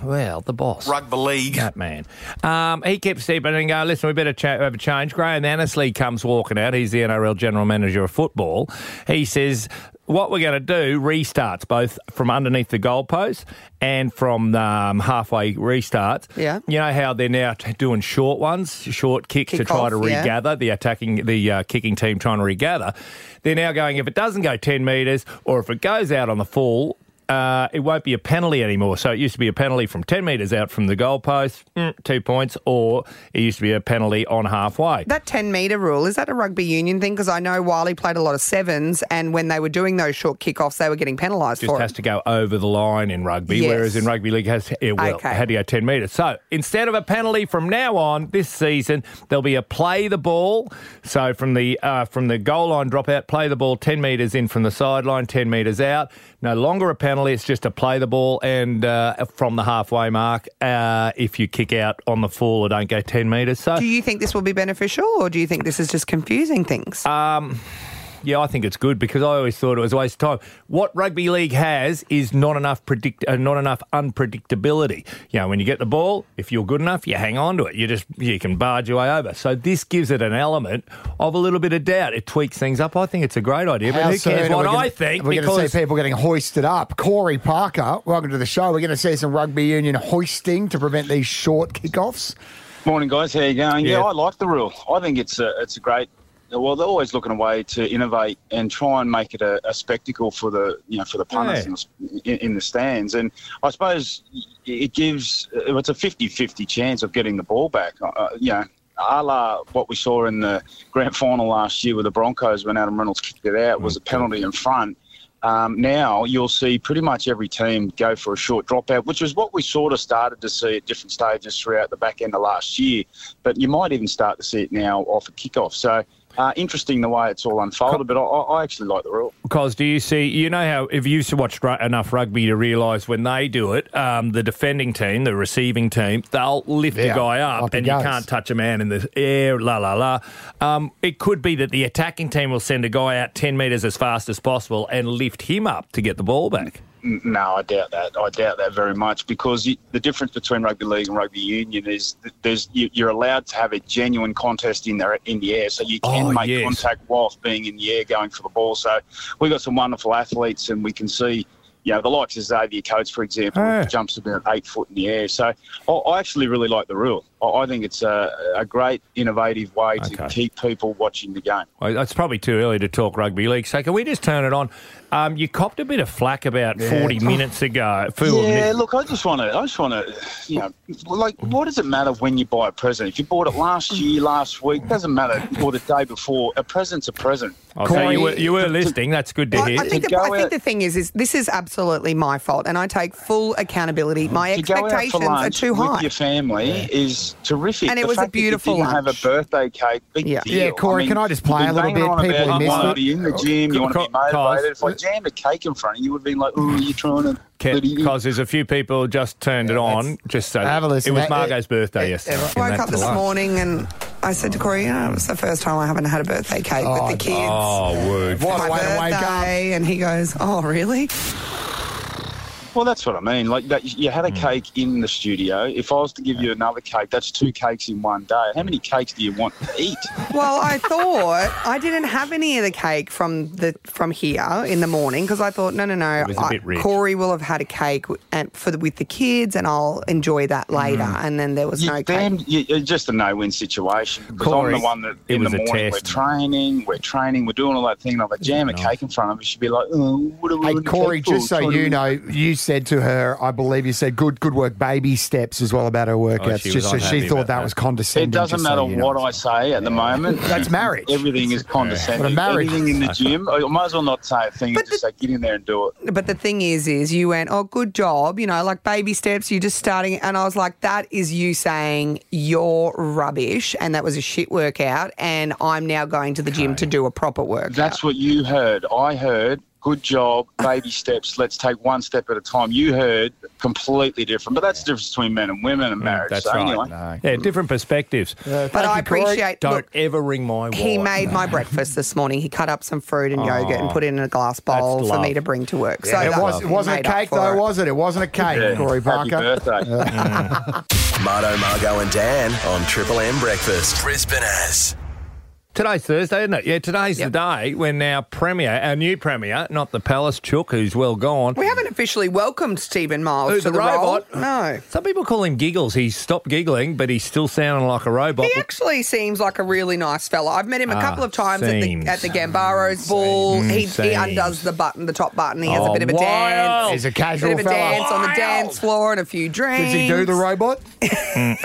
Speaker 7: Well, the boss.
Speaker 14: Rugby league.
Speaker 7: That man. Um, he kept stepping and going, listen, we better cha- have a change. Graham Annesley comes walking out. He's the NRL General Manager of football. He says, what we're going to do restarts both from underneath the goalpost and from um, halfway restarts.
Speaker 6: Yeah.
Speaker 7: You know how they're now t- doing short ones, short kicks to
Speaker 6: Kick
Speaker 7: try
Speaker 6: off,
Speaker 7: to
Speaker 6: yeah.
Speaker 7: regather the attacking, the uh, kicking team trying to regather. They're now going if it doesn't go ten metres or if it goes out on the full. Uh, it won't be a penalty anymore. So it used to be a penalty from 10 metres out from the goalpost, mm, two points, or it used to be a penalty on halfway.
Speaker 6: That 10 metre rule, is that a rugby union thing? Because I know Wiley played a lot of sevens, and when they were doing those short kickoffs, they were getting penalised
Speaker 7: just
Speaker 6: for
Speaker 7: has
Speaker 6: it.
Speaker 7: to go over the line in rugby,
Speaker 6: Yes.
Speaker 7: whereas in rugby league has it will,
Speaker 6: Okay.
Speaker 7: had to go ten metres. So instead of a penalty from now on this season, there'll be a play the ball. So from the uh, from the goal line drop out, play the ball ten metres in from the sideline, ten metres out. No longer a penalty; it's just a play the ball and uh, from the halfway mark. Uh, if you kick out on the full or don't go ten metres, so
Speaker 6: Do you think this will be beneficial, or do you think this is just confusing things?
Speaker 7: Um, yeah, I think it's good because I always thought it was a waste of time. What rugby league has is not enough predict, uh, not enough unpredictability. You know, when you get the ball, if you're good enough, you hang on to it. You just you can barge your way over. So this gives it an element of a little bit of doubt. It tweaks things up. I think it's a great idea, but
Speaker 4: How
Speaker 7: who
Speaker 4: soon
Speaker 7: cares
Speaker 4: are
Speaker 7: what
Speaker 4: we gonna-
Speaker 7: I think?
Speaker 4: We're going to
Speaker 7: because
Speaker 4: see people getting hoisted up. Corey Parker, welcome to the show. We're going to see some rugby union hoisting to prevent these short kickoffs.
Speaker 13: Morning, guys. How you going? Yeah,
Speaker 4: Yeah.
Speaker 13: I like the rule. I think it's a it's a great. Well, they're always looking a way to innovate and try and make it a, a spectacle for the you know for the punters
Speaker 15: Yeah.
Speaker 13: in the- in, in the stands. And I suppose it gives uh, it's a 50-50 chance of getting the ball back. Uh, you know, a la what we saw in the grand final last year with the Broncos when Adam Reynolds kicked it out was a penalty in front. Um, now you'll see pretty much every team go for a short dropout, which is what we sort of started to see at different stages throughout the back end of last year. But you might even start to see it now off a kickoff. So uh, interesting the way it's all unfolded. But I, I I actually like the rule.
Speaker 7: Because do you see, you know how if you've watched ru- enough rugby to realise when they do it, um, the defending team, the receiving team, they'll lift
Speaker 16: Yeah,
Speaker 7: the guy
Speaker 16: up
Speaker 7: up
Speaker 16: he
Speaker 7: and you
Speaker 16: goes.
Speaker 7: can't touch a man in the air, la la la. Um, it could be that the attacking team will send a guy out 10 metres as fast as possible and lift him up to get the ball back.
Speaker 13: N- No, I doubt that. I doubt that very much because you, the difference between rugby league and rugby union is th- there's you, you're allowed to have a genuine contest in there in the air, so you can
Speaker 7: Oh,
Speaker 13: make
Speaker 7: yes.
Speaker 13: contact whilst being in the air going for the ball. So we've got some wonderful athletes, and we can see. You know, the likes of Xavier Coates, for example,
Speaker 7: Yeah.
Speaker 13: jumps about eight foot in the air. So I, I actually really like the rule. I, I think it's a, a great, innovative way to keep people watching the game.
Speaker 7: Well, it's probably too early to talk rugby league, so can we just turn it on? Um, you copped a bit of flack about 40 minutes ago. Fool,
Speaker 13: yeah, look, I just want to, I just want to, you know, like, what does it matter when you buy a present? If you bought it last year, last week, doesn't matter, or the day before. A present's a present.
Speaker 7: Oh, so you were, you were listening. That's good to hear.
Speaker 6: I think, the, I think the thing is, is this is absolutely my fault, and I take full accountability. My
Speaker 13: to go out for
Speaker 6: expectations are
Speaker 13: lunch
Speaker 6: too
Speaker 13: with
Speaker 6: high.
Speaker 13: your family is terrific.
Speaker 6: And it
Speaker 13: The
Speaker 6: was a
Speaker 13: fact that you
Speaker 6: beautiful
Speaker 13: didn't Have a birthday cake. Big
Speaker 4: Yeah.
Speaker 13: deal.
Speaker 4: Yeah, Corey, can I just play
Speaker 13: you've
Speaker 4: a little
Speaker 13: been banging
Speaker 4: bit? People who
Speaker 13: on about you
Speaker 4: miss
Speaker 13: wanna
Speaker 4: it.
Speaker 13: be in the gym. You want to be
Speaker 7: Cos-
Speaker 13: motivated. If I jammed a cake in front of you, you would have been like, "Ooh, you're trying to."
Speaker 7: Because there's a few people just turned it on. Just so
Speaker 6: Have a listen.
Speaker 7: It was
Speaker 6: That-
Speaker 7: Margot's birthday yesterday.
Speaker 6: I woke up this morning and I said to Corey, you know, it's the first time I haven't had a birthday cake with the kids.
Speaker 7: Oh, word.
Speaker 6: It's my birthday, And he goes, oh, really?
Speaker 13: Well, that's what I mean. Like that, you
Speaker 4: Hmm.
Speaker 13: had a cake in the studio. If I was to give you another cake, that's two cakes in one day. How many cakes do you want to eat?
Speaker 6: Well, I thought I didn't have any of the cake from the from here in the morning because I thought, no, no, no,
Speaker 13: was a
Speaker 6: I-
Speaker 13: bit rich.
Speaker 6: Corey will have had a cake w- and for the, with the kids, and I'll enjoy that later.
Speaker 13: Mm.
Speaker 6: And then there was
Speaker 13: You
Speaker 6: no cake.
Speaker 13: damn- you- it's just a no-win situation. Because
Speaker 6: Corey,
Speaker 13: I'm the one that
Speaker 7: it
Speaker 13: in the
Speaker 7: was a
Speaker 13: morning we're
Speaker 7: test.
Speaker 13: training, we're training, we're doing all that thing, and I've jam a cake in front of you. She'd be like, oh, what are we
Speaker 4: Hey,
Speaker 13: doing?
Speaker 4: Corey, just so you know, you said to her, I believe you said, good good work, baby steps as well about her
Speaker 7: Oh,
Speaker 4: workouts.
Speaker 13: she was
Speaker 4: just so
Speaker 13: unhappy
Speaker 4: she thought
Speaker 13: about
Speaker 4: that,
Speaker 13: that.
Speaker 4: was condescending.
Speaker 13: It doesn't
Speaker 4: just so
Speaker 13: matter
Speaker 4: you know.
Speaker 13: what I say at the moment.
Speaker 4: That's marriage.
Speaker 13: Everything is condescending.
Speaker 4: But a marriage-
Speaker 13: Everything in the gym. I might as well not say a thing. and just say, get in there and do it.
Speaker 6: But the thing is, is you went, oh, good job, you know, like baby steps, you're just starting. And I was like, that is you saying you're rubbish. And that was a shit workout. And I'm now going to the gym to do a proper workout.
Speaker 13: That's what you heard. I heard good job, baby steps, let's take one step at a time. You heard completely different, but that's the difference between men and women and marriage.
Speaker 7: Mm, That's
Speaker 13: so
Speaker 7: right.
Speaker 13: anyway.
Speaker 7: Yeah, different perspectives.
Speaker 6: But I appreciate.
Speaker 7: Don't
Speaker 6: look,
Speaker 7: ever ring my.
Speaker 6: he
Speaker 7: wallet.
Speaker 6: made my breakfast this morning. He cut up some fruit and yogurt and
Speaker 7: Oh,
Speaker 6: put it in a glass bowl
Speaker 7: that's
Speaker 6: for
Speaker 7: love.
Speaker 6: me to bring to work.
Speaker 4: Yeah, it
Speaker 6: that
Speaker 4: was. It wasn't a
Speaker 6: made up
Speaker 4: cake
Speaker 6: for
Speaker 4: though,
Speaker 6: it.
Speaker 4: was it? It wasn't a cake,
Speaker 3: Yeah.
Speaker 4: Corey
Speaker 3: Happy
Speaker 4: Parker.
Speaker 3: birthday. Marto, Margo, and Dan on Triple M Breakfast. Brisbane as.
Speaker 7: Today's Thursday, isn't it? Yeah, today's the day when our premier, our new premier, not the Palace Chook, who's well gone.
Speaker 6: We haven't officially welcomed Stephen Miles
Speaker 7: Who's
Speaker 6: to
Speaker 7: a
Speaker 6: the
Speaker 7: robot?
Speaker 6: role. No.
Speaker 7: Some people call him Giggles. He's stopped giggling, but he's still sounding like a robot.
Speaker 6: He actually seems like a really nice fella. I've met him a
Speaker 7: Ah,
Speaker 6: couple of times at
Speaker 7: seems.
Speaker 6: the at the Gambaros ball. He, he
Speaker 7: Seems.
Speaker 6: undoes the button, the top button. He has
Speaker 7: Mm,
Speaker 6: a
Speaker 7: Oh,
Speaker 6: bit of a
Speaker 7: wild.
Speaker 6: dance.
Speaker 7: He's a casual
Speaker 6: bit of a
Speaker 7: fella.
Speaker 6: dance on the dance floor and a few drinks.
Speaker 7: Does he do the
Speaker 4: robot?
Speaker 7: Mm,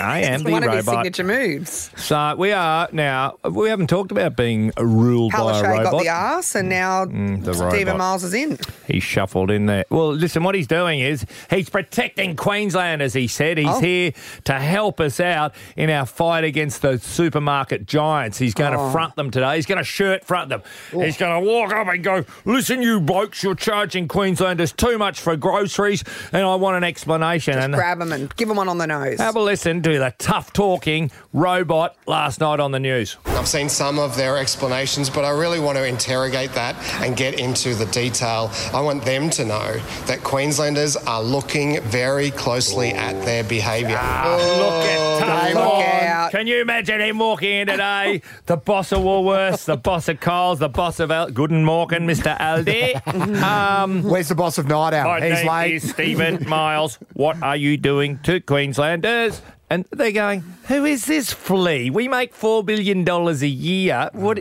Speaker 7: I am
Speaker 6: It's
Speaker 7: the
Speaker 6: one of his
Speaker 7: robot.
Speaker 6: signature moves.
Speaker 7: So we are now. We haven't talked about being ruled by a
Speaker 6: Palaszczuk
Speaker 7: robot.
Speaker 6: got the arse, and now
Speaker 7: Mm, the
Speaker 6: Stephen
Speaker 7: robot.
Speaker 6: Miles is in.
Speaker 7: He shuffled in there. Well, listen, what he's doing is he's protecting Queensland, as he said. He's
Speaker 6: Oh.
Speaker 7: here to help us out in our fight against the supermarket giants. He's going
Speaker 14: Oh.
Speaker 7: to front them today. He's going to shirt front them. He's going to walk up and go, Listen, you blokes, you're charging Queenslanders too much for groceries, and I want an explanation. and
Speaker 6: Grab him and give him one on the nose.
Speaker 7: have a listen to the tough talking robot last night on the news.
Speaker 15: I've seen some of their explanations, but I really want to interrogate that and get into the detail. I want them to know that Queenslanders are looking very closely at their behaviour.
Speaker 7: Ah, look at Tough Lord. Can you imagine him walking in today? the boss of Woolworths, the boss of Coles, the boss of Al- Good Morgan, Mr. Aldi. Um,
Speaker 4: Where's the boss of Night Owl?
Speaker 7: my
Speaker 4: He's
Speaker 7: name
Speaker 4: late.
Speaker 7: is Stephen Miles. What are you doing to Queenslanders? And they're going, who is this flea? We make $4 billion a year. What?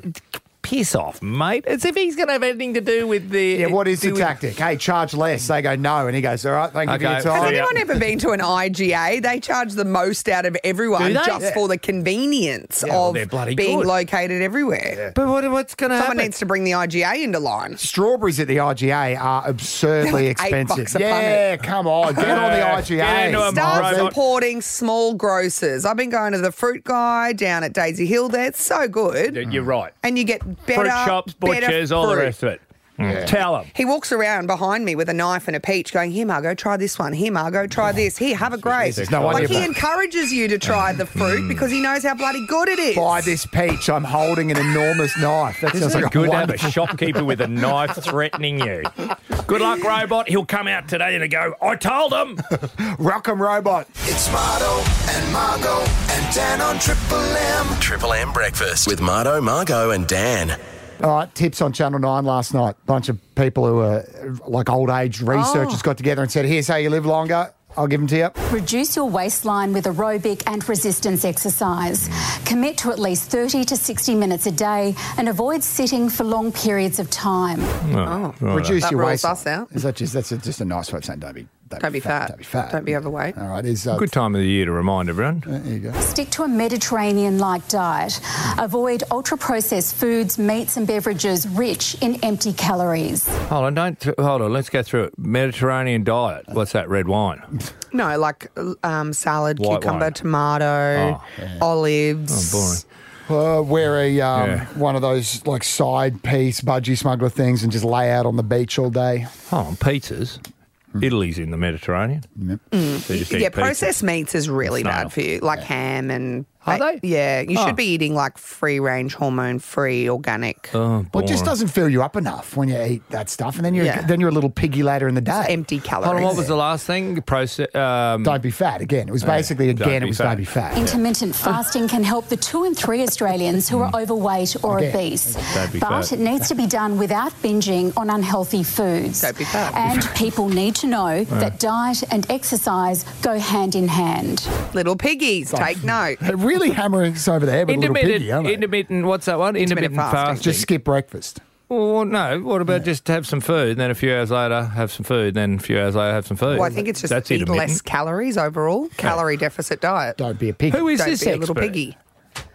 Speaker 7: Piss off, mate. As if he's going to have anything to do with the.
Speaker 4: Yeah, what is the
Speaker 7: do with-
Speaker 4: tactic? Hey, charge less. They go no, and he goes, all right, thank you
Speaker 7: Okay,
Speaker 4: for your
Speaker 7: see
Speaker 4: time.
Speaker 7: ya.
Speaker 6: Has anyone ever been to an IGA? They charge the most out of everyone
Speaker 7: Do they?
Speaker 6: just
Speaker 7: Yeah.
Speaker 6: for the convenience
Speaker 7: Yeah, well,
Speaker 6: of
Speaker 7: they're bloody
Speaker 6: being
Speaker 7: good.
Speaker 6: located everywhere.
Speaker 7: But what, what's going to
Speaker 6: Someone
Speaker 7: happen?
Speaker 6: needs to bring the IGA into line.
Speaker 4: Strawberries at the IGA are absurdly
Speaker 6: Like eight bucks
Speaker 4: expensive.
Speaker 6: a
Speaker 4: Yeah,
Speaker 6: punnet.
Speaker 4: come
Speaker 7: Oh,
Speaker 4: on, get on the
Speaker 7: Yeah,
Speaker 4: IGA.
Speaker 7: get into a
Speaker 6: Start
Speaker 7: robot.
Speaker 6: supporting small grocers. I've been going to the fruit guy down at Daisy Hill there. It's so good.
Speaker 7: You're right.
Speaker 6: And you get better
Speaker 7: Fruit shops,
Speaker 6: better
Speaker 7: butchers, all the
Speaker 6: fruit.
Speaker 7: rest of it. Tell them.
Speaker 6: He walks around behind me with a knife and a peach, going, "Here, Margo, try this one. Here, Margo, try this. Here, have a grape."
Speaker 4: There's no
Speaker 6: like
Speaker 4: idea
Speaker 6: he
Speaker 4: about-
Speaker 6: encourages you to try the fruit because he knows how bloody good it is.
Speaker 4: Buy this peach. I'm holding an enormous knife. That
Speaker 7: Isn't
Speaker 4: sounds like
Speaker 7: it good to have a
Speaker 4: wonderful-
Speaker 7: shopkeeper with a knife threatening you? Good luck, robot. He'll come out today and go, I told him.
Speaker 4: Rock 'em robot.
Speaker 3: It's Marto and Margo and Dan on Triple M. Triple M Breakfast with Marto, Margo, and Dan.
Speaker 4: All right, tips on Channel 9 last night. Bunch of people who are like old age researchers
Speaker 6: Oh.
Speaker 4: got together and said, here's how you live longer. I'll give them to you.
Speaker 7: Oh,
Speaker 16: Reduce your waistline with aerobic and resistance exercise. Commit to at least 30 to 60 minutes a day and avoid sitting for long periods of time.
Speaker 6: Oh,
Speaker 4: Reduce
Speaker 6: that
Speaker 4: your
Speaker 6: rules
Speaker 4: waistline.
Speaker 6: us out.
Speaker 4: Is that just, that's a, just a nice way of saying don't be, don't
Speaker 6: Don't be fat.
Speaker 4: Don't be fat.
Speaker 6: Don't be overweight.
Speaker 4: All right, is uh,
Speaker 7: Good time of the year to remind everyone.
Speaker 4: there you go.
Speaker 16: Stick to a Mediterranean like diet. Avoid ultra processed foods, meats, and beverages rich in empty calories.
Speaker 7: Hold on, don't hold on. Let's go through it. Mediterranean diet. What's that? Red wine.
Speaker 6: No, like um, salad,
Speaker 7: White
Speaker 6: cucumber,
Speaker 7: wine.
Speaker 6: tomato,
Speaker 7: Oh, yeah.
Speaker 4: Oh,
Speaker 6: olives.
Speaker 4: Uh, wear a um,
Speaker 7: Oh, Yeah.
Speaker 4: one of those like side piece budgie smuggler things and just lay out on the beach all day.
Speaker 7: Hold on, Oh, pizzas. Italy's in the Mediterranean. So just eat
Speaker 6: yeah,
Speaker 7: pizza.
Speaker 6: processed meats is really bad for you, like ham and. Are they? Yeah, you
Speaker 4: Oh.
Speaker 6: should be eating like free range, hormone free, organic.
Speaker 7: Oh,
Speaker 4: Well, it just doesn't fill you up enough when you eat that stuff, and then you're
Speaker 6: Yeah.
Speaker 4: then you're a little piggy later in the day.
Speaker 6: empty calories.
Speaker 7: Hold on, what was the last thing? Proce- um,
Speaker 4: Don't be fat again. It was basically
Speaker 7: Yeah, don't
Speaker 4: again.
Speaker 7: be
Speaker 4: It was
Speaker 7: fat.
Speaker 4: don't be fat.
Speaker 16: Intermittent fasting can help the two in three Australians who are overweight or
Speaker 4: Again.
Speaker 16: obese.
Speaker 4: Don't be
Speaker 16: But
Speaker 4: fat.
Speaker 16: it needs to be done without binging on unhealthy foods. And people need to know that diet and exercise go hand in hand.
Speaker 6: Little piggies, take note.
Speaker 4: They're really hammering us over the head with a little
Speaker 7: intermittent,
Speaker 4: piggy, aren't they?
Speaker 7: intermittent. What's that one?
Speaker 4: Intermittent
Speaker 7: Intermittent,
Speaker 4: fasting.
Speaker 7: fasting.
Speaker 4: Just skip breakfast.
Speaker 7: Well, no. What about just have some food, and then a few hours later have some food, and then a few hours later have some food?
Speaker 6: Well, I think it's just
Speaker 7: that's
Speaker 6: eat
Speaker 7: intermittent.
Speaker 6: less calories overall, calorie deficit diet.
Speaker 4: Don't be a piggy.
Speaker 6: Who
Speaker 7: is
Speaker 6: Don't
Speaker 7: this
Speaker 6: be a little
Speaker 7: expert?
Speaker 6: piggy.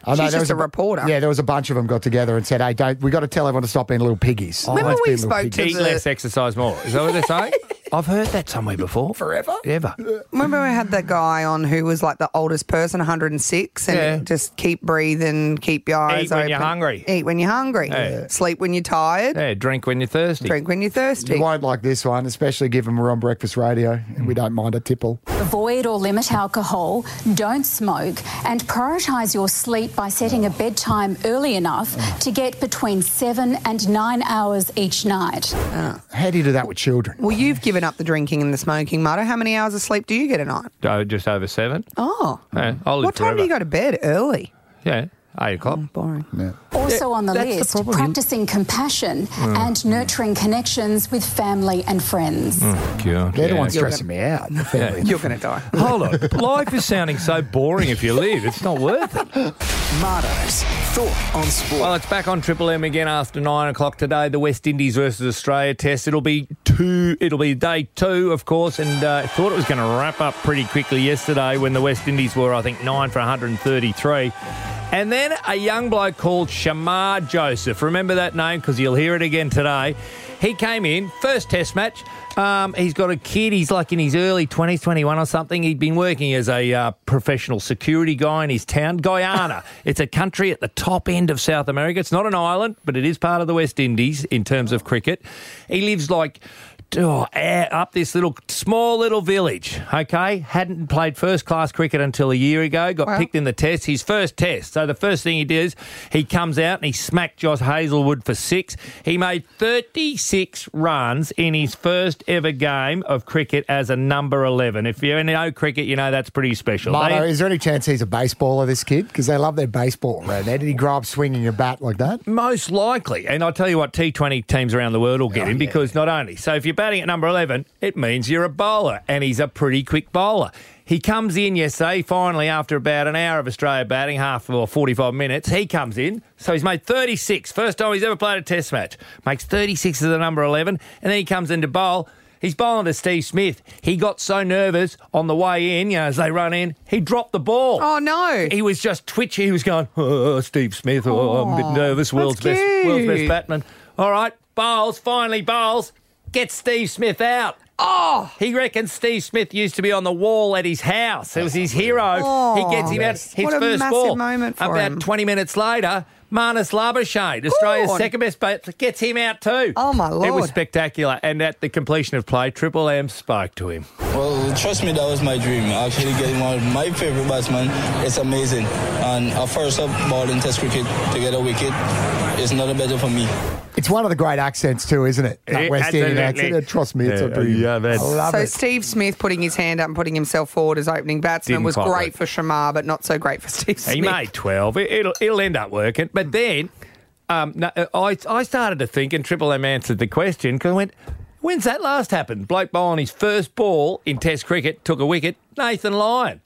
Speaker 4: I know
Speaker 6: She's
Speaker 4: there
Speaker 6: just
Speaker 4: was
Speaker 6: a reporter.
Speaker 4: Yeah, there was a bunch of them got together and said, "Hey, don't we got to tell everyone to stop being little piggies."
Speaker 6: Remember
Speaker 4: Let's
Speaker 6: we
Speaker 4: be little
Speaker 6: spoke
Speaker 4: piggies.
Speaker 6: to
Speaker 7: Eat less, exercise more. Is that what they're saying? I've heard that somewhere before.
Speaker 6: Forever?
Speaker 7: Ever.
Speaker 6: Remember we had that guy on who was like the oldest person, 106, and
Speaker 7: Yeah.
Speaker 6: just keep breathing, keep your eyes
Speaker 7: Eat when
Speaker 6: open.
Speaker 7: you're hungry.
Speaker 6: Eat when you're hungry.
Speaker 7: Yeah.
Speaker 6: Sleep when you're tired.
Speaker 7: Yeah, drink when you're thirsty.
Speaker 6: Drink when you're thirsty.
Speaker 4: You won't like this one, especially given we're on breakfast radio and
Speaker 7: Hmm.
Speaker 4: we don't mind a tipple.
Speaker 16: Avoid or limit alcohol, don't smoke, and prioritise your sleep by setting a bedtime early enough to get between seven and nine hours each night.
Speaker 6: Ah.
Speaker 4: How do you do that with children?
Speaker 6: Well, you've given up the drinking and the smoking, Marta. How many hours of sleep do you get a night?
Speaker 7: Oh, just over seven.
Speaker 6: Oh.
Speaker 7: Yeah, I'll live
Speaker 6: What time do you go to bed? Early.
Speaker 7: Yeah, eight o'clock.
Speaker 6: boring.
Speaker 16: Also on the
Speaker 6: that's the
Speaker 16: list,
Speaker 6: problem.
Speaker 16: practising compassion
Speaker 7: Mm.
Speaker 16: and nurturing connections with family and friends.
Speaker 7: God,
Speaker 4: They're the
Speaker 7: Mm, yeah.
Speaker 4: ones stressing me out. the family.
Speaker 6: You're going to die.
Speaker 7: Hold on. Life is sounding so boring if you live. It's not worth it.
Speaker 14: Marto's thought on sport.
Speaker 7: Well, it's back on Triple M again after nine o'clock today. The West Indies versus Australia test. It'll be two. It'll be day two, of course. And uh, thought it was going to wrap up pretty quickly yesterday when the West Indies were, I think, nine for 133. And then a young bloke called Shamar Joseph. Remember that name because you'll hear it again today. He came in first test match. Um, he's got a kid. He's like in his early 20s, 21 or something. He'd been working as a uh, professional security guy in his town, Guyana. it's a country at the top end of South America. It's not an island, but it is part of the West Indies in terms of cricket. He lives like. oh, eh, up this little small little village, okay? Hadn't played first class cricket until a year ago. Got picked in the test, his first test. So the first thing he did is he comes out and he smacked Josh Hazelwood for six. He made 36 runs in his first ever game of cricket as a number 11. If you know cricket, you know that's pretty special.
Speaker 4: Marto,
Speaker 7: They-
Speaker 4: is there any chance he's a baseballer, this kid? Because they love their baseball around there. Did he grow up swinging a bat like that?
Speaker 7: Most likely. And I'll tell you what, T20 teams around the world will get him because not only. So if you're batting at number 11, it means you're a bowler, and he's a pretty quick bowler. He comes in yesterday, finally, after about an hour of Australia batting, half or 45 minutes, he comes in. So he's made 36, first time he's ever played a test match. Makes 36 as the number 11, and then he comes in to bowl. He's bowling to Steve Smith. He got so nervous on the way in, you know, as they run in, he dropped the ball.
Speaker 6: Oh, no.
Speaker 7: He was just twitchy. He was going, oh, Steve Smith, oh, I'm a bit nervous. World's best, world's best
Speaker 6: cute.
Speaker 7: batman. All right, Bowles, finally Bowles, get Steve Smith out. Oh! He reckons Steve Smith used to be on the wall at his house. It was his hero.
Speaker 6: Oh.
Speaker 7: he gets him out
Speaker 6: Yes.
Speaker 7: his
Speaker 6: What a
Speaker 7: first
Speaker 6: massive
Speaker 7: ball.
Speaker 6: moment for
Speaker 7: About
Speaker 6: him.
Speaker 7: 20 minutes later, Marnus Labuschagne, Australia's
Speaker 6: Good.
Speaker 7: second best bat, gets him out too.
Speaker 6: Oh, my
Speaker 7: It
Speaker 6: Lord.
Speaker 7: was spectacular. And at the completion of play, Triple M spoke to him.
Speaker 17: Well, trust me, that was my dream. Actually, getting one of my favorite batsmen It's amazing. And a first up ball in Test cricket to get a wicket is not a better for me.
Speaker 4: It's one of the great accents, too, isn't it? That
Speaker 17: Yeah,
Speaker 4: West Indian
Speaker 17: absolutely.
Speaker 4: accent. Uh, Trust me, it's a pretty.
Speaker 7: yeah,
Speaker 4: I
Speaker 7: that's-
Speaker 4: love
Speaker 6: so
Speaker 4: it.
Speaker 6: Steve Smith putting his hand up and putting himself forward as opening batsman
Speaker 7: Didn't
Speaker 6: was
Speaker 7: quite
Speaker 6: great
Speaker 7: work.
Speaker 6: for Shamar, but not so great for Steve Smith.
Speaker 7: He made 12. It, it'll, it'll end up working. But then um, no, I, I started to think, and Triple M answered the question because I went, when's that last happened? Blake Bowen, his first ball in Test cricket, took a wicket. Nathan Lyon,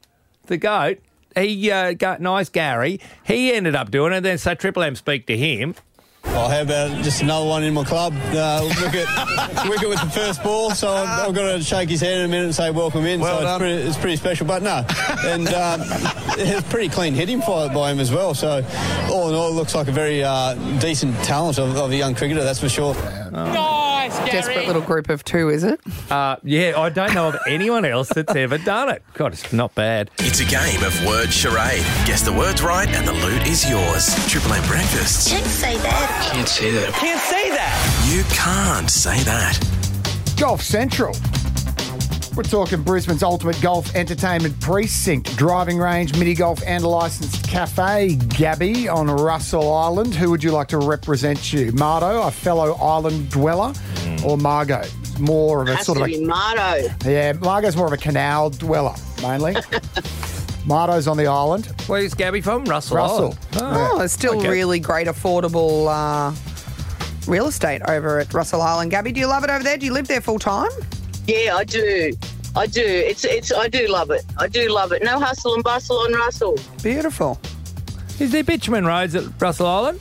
Speaker 7: the GOAT, he uh, got nice Gary. He ended up doing it. Then so Triple M speak to him.
Speaker 17: Well, how about just another one in my club? Uh, wicket, wicket with the first ball, so I've, I've got to shake his hand in a minute and say welcome in.
Speaker 18: Well
Speaker 17: so
Speaker 18: done.
Speaker 17: It's, pretty, it's pretty special, but no, and um, it's pretty clean hitting by, by him as well. So all in all, it looks like a very uh, decent talent of, of a young cricketer, that's for sure.
Speaker 6: Oh, Desperate little group of two, is it?
Speaker 7: Uh, yeah, I don't know of anyone else that's ever done it. God, it's not bad.
Speaker 3: It's a game of word charade. Guess the words right and the loot is yours. Triple M breakfast. Can't say that. Can't say that. Can't say that. You can't say that.
Speaker 4: Golf Central. We're talking Brisbane's ultimate golf entertainment precinct, driving range, mini golf, and a licensed cafe. Gabby on Russell Island. Who would you like to represent you? Mardo, a fellow island dweller, or Margot? More of a
Speaker 19: Has
Speaker 4: sort
Speaker 19: to
Speaker 4: of
Speaker 19: be
Speaker 4: a.
Speaker 19: Mardo.
Speaker 4: Yeah, Margot's more of a canal dweller, mainly. Mardo's on the island.
Speaker 7: Where's Gabby from? Russell.
Speaker 4: Russell.
Speaker 7: Island.
Speaker 6: Oh, it's still
Speaker 4: Okay.
Speaker 6: really great affordable uh, real estate over at Russell Island. Gabby, do you love it over there? Do you live there full time?
Speaker 19: Yeah, I do. I do. It's it's. I do love it. I do love it. No hustle and bustle on Russell.
Speaker 6: Beautiful.
Speaker 7: Is there bitumen roads at Russell Island?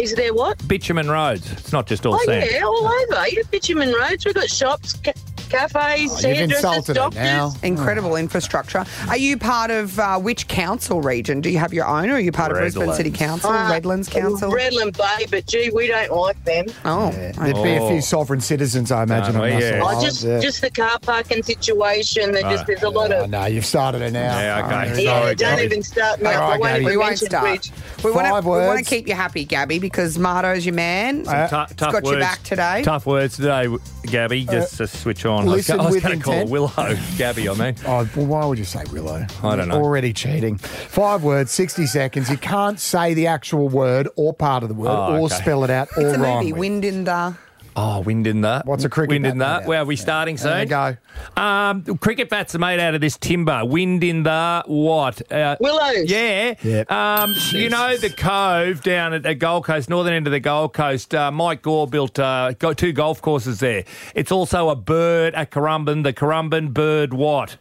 Speaker 19: Is there what?
Speaker 7: Bitumen roads. It's not just all
Speaker 19: oh
Speaker 7: sand.
Speaker 19: yeah, all over. You know, bitumen roads. We've got shops, ca- cafes,
Speaker 6: Oh,
Speaker 19: hairdressers, doctors.
Speaker 6: Incredible infrastructure. Are you part of uh, which council region? Do you have your own, or are you part of Brisbane City Council,
Speaker 19: Uh,
Speaker 6: Redlands Council?
Speaker 19: Redland Bay, but gee, we don't like them.
Speaker 6: Oh,
Speaker 4: There'd be a few sovereign citizens, I imagine.
Speaker 7: No,
Speaker 4: on Russell
Speaker 7: yeah. I
Speaker 4: Island,
Speaker 19: Just,
Speaker 4: yeah.
Speaker 19: just the car parking situation. There
Speaker 4: Ah.
Speaker 19: just there's a lot
Speaker 4: Oh,
Speaker 19: of.
Speaker 4: no, you've started it now.
Speaker 7: Yeah, okay.
Speaker 4: Oh,
Speaker 19: Yeah,
Speaker 7: Sorry,
Speaker 19: don't
Speaker 7: Gabby.
Speaker 19: even start me
Speaker 4: All
Speaker 19: up.
Speaker 4: right,
Speaker 19: I won't
Speaker 4: Gabby.
Speaker 19: even
Speaker 4: We
Speaker 6: won't
Speaker 19: mention
Speaker 6: start.
Speaker 19: Bridge.
Speaker 6: We want
Speaker 4: Five
Speaker 6: to we want to
Speaker 4: words.
Speaker 6: keep you happy, Gabby, because Mardo's your man.
Speaker 7: Some
Speaker 6: He's
Speaker 7: tou- Uh, tough
Speaker 6: got your
Speaker 7: words-
Speaker 6: back today. Uh,
Speaker 7: Tough words today, Gabby. Just to switch on.
Speaker 4: listen
Speaker 7: I was,
Speaker 4: with
Speaker 7: going to call
Speaker 4: intent.
Speaker 7: Willow Gabby. I mean,
Speaker 4: Oh, well, why would you say Willow?
Speaker 7: I don't know.
Speaker 4: Already cheating. Five words, 60 seconds. You can't say the actual word or part of the word
Speaker 7: Oh,
Speaker 4: or
Speaker 7: okay.
Speaker 4: spell it out or
Speaker 6: It's a
Speaker 4: rhyme
Speaker 6: movie,
Speaker 4: with.
Speaker 6: Wind in the.
Speaker 7: Oh, wind in that. What's
Speaker 4: a cricket
Speaker 7: Wind
Speaker 4: bat
Speaker 7: in that.
Speaker 4: made
Speaker 7: Where are we starting soon?
Speaker 4: There
Speaker 7: go. Um, cricket bats are made out of this timber. Wind in the what? Uh,
Speaker 19: Willows.
Speaker 7: Yeah.
Speaker 4: Yep.
Speaker 7: Um, you know the cove down at the Gold Coast, northern end of the Gold Coast. Uh, Mike Gore built uh, go- two golf courses there. It's also a bird at Currumbin. The Currumbin bird what?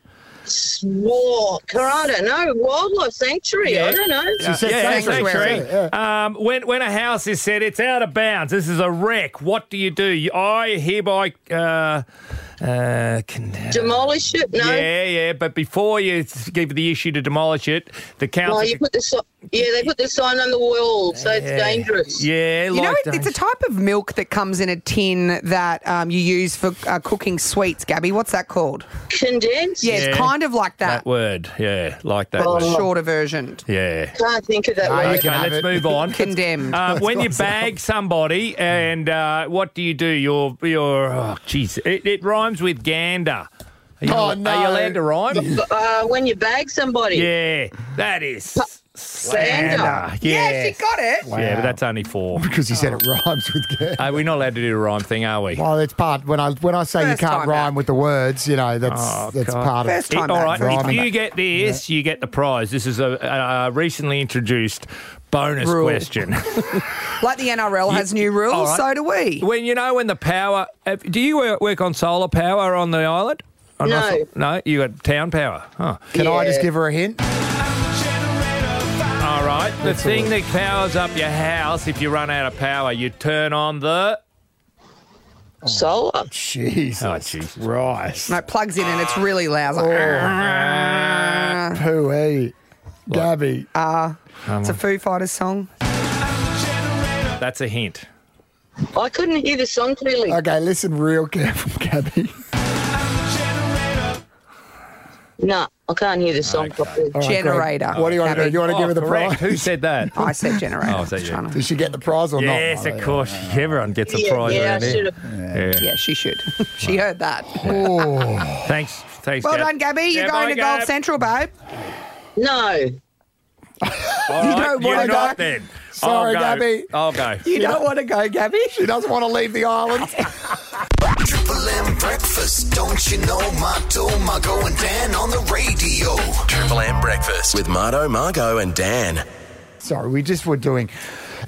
Speaker 19: War, Karada, no, wildlife sanctuary. I don't know.
Speaker 7: Um, when when a house is said it's out of bounds, this is a wreck. What do you do? You- I hereby uh, uh, con-
Speaker 19: Demolish it? No.
Speaker 7: Yeah, yeah. But before you s- give the issue to demolish it, the council.
Speaker 19: No, Oh, you put the si- yeah, they put the sign on the wall, so it's
Speaker 7: Yeah.
Speaker 19: dangerous.
Speaker 7: Yeah,
Speaker 6: You know,
Speaker 7: like
Speaker 6: it- it's a
Speaker 7: those-
Speaker 6: type of milk that comes in a tin that um, you use for uh, cooking sweets, Gabby. What's that called?
Speaker 19: Condensed?
Speaker 6: Yeah, it's
Speaker 7: Yeah.
Speaker 6: kind of like that.
Speaker 7: that word. Yeah, like that.
Speaker 6: but
Speaker 7: word.
Speaker 6: shorter version.
Speaker 7: Yeah.
Speaker 19: Can't think of that
Speaker 4: No,
Speaker 19: word.
Speaker 4: you can
Speaker 7: Okay,
Speaker 4: have
Speaker 7: let's
Speaker 4: it.
Speaker 7: move on.
Speaker 6: Condemned.
Speaker 7: Uh, when you
Speaker 4: Mm. That's what I
Speaker 7: bag somebody, and uh, what do you do? Your your oh, jeez, it, it rhymes with gander. Are you,
Speaker 4: Oh,
Speaker 7: Are you
Speaker 4: no.
Speaker 7: allowed to rhyme?
Speaker 19: Uh, when you bag somebody.
Speaker 7: yeah, that is slander.
Speaker 19: Slander.
Speaker 7: Yeah,
Speaker 6: Yeah, she got it.
Speaker 7: yeah, but that's only four.
Speaker 4: Because you said it
Speaker 6: Oh.
Speaker 4: rhymes with Gabby.
Speaker 7: Uh, we're not allowed to do the rhyme thing, are we?
Speaker 4: Well, it's part when I when I say
Speaker 6: First
Speaker 4: you
Speaker 6: time
Speaker 4: can't rhyme
Speaker 6: back.
Speaker 4: with the words, you know that's
Speaker 7: Oh,
Speaker 4: that's
Speaker 7: God.
Speaker 4: part
Speaker 6: First
Speaker 4: of.
Speaker 6: time.
Speaker 7: It- all right,
Speaker 6: back.
Speaker 7: if
Speaker 4: Rhyming.
Speaker 7: you get this, you get the prize. This is a, a, a recently introduced bonus
Speaker 6: Rule.
Speaker 7: question.
Speaker 6: Like the NRL has new rules,
Speaker 7: All right.
Speaker 6: so do we.
Speaker 7: When you know when the power, uh, do you work, work on solar power on the island? On
Speaker 19: No.
Speaker 7: Russell? no, you got town power. Huh.
Speaker 4: Can I just
Speaker 19: Yeah.
Speaker 4: give her a hint?
Speaker 7: All right. The thing that powers up your house, if you run out of power, you turn on the.
Speaker 19: Solar.
Speaker 4: Jesus
Speaker 7: Oh, jeez.
Speaker 4: Christ!
Speaker 6: No, it plugs in and it's really loud. It's like,
Speaker 4: Pooey, Gabby.
Speaker 6: Uh, It's a Foo Fighters song.
Speaker 7: That's a hint.
Speaker 19: I couldn't hear the song clearly.
Speaker 4: okay, listen real careful, Gabby.
Speaker 19: No, I can't hear the song properly.
Speaker 6: generator.
Speaker 4: What do you want to do?
Speaker 6: Gabby.
Speaker 4: You want to
Speaker 7: Oh,
Speaker 4: give her the
Speaker 7: correct. Who
Speaker 4: prize?
Speaker 7: said that?
Speaker 6: I said generator.
Speaker 7: Oh, is that you?
Speaker 6: Trying to-
Speaker 4: Did she get the prize or not?
Speaker 7: yes, of course. Everyone gets a
Speaker 19: Yeah,
Speaker 7: prize
Speaker 19: yeah, I
Speaker 7: around here.
Speaker 19: should have.
Speaker 7: Yeah.
Speaker 6: Yeah, she should. she heard that.
Speaker 4: Oh,
Speaker 7: Thanks. Thanks.
Speaker 6: Well
Speaker 7: Gab.
Speaker 6: done, Gabby. You're
Speaker 7: Yeah,
Speaker 6: going
Speaker 7: bye,
Speaker 6: to Golf
Speaker 7: Gab.
Speaker 6: Central, babe.
Speaker 19: No,
Speaker 7: All right,
Speaker 4: don't
Speaker 7: you're
Speaker 4: wanna
Speaker 7: not
Speaker 4: go.
Speaker 7: then.
Speaker 4: Sorry,
Speaker 7: I'll go.
Speaker 4: Gabby.
Speaker 7: I'll go.
Speaker 6: You don't want to go, Gabby.
Speaker 4: she doesn't want to leave the island.
Speaker 3: Triple M breakfast, don't you know? Marto, Margo, and Dan on the radio. Triple M breakfast with Marto, Margo, and Dan.
Speaker 4: Sorry, we just were doing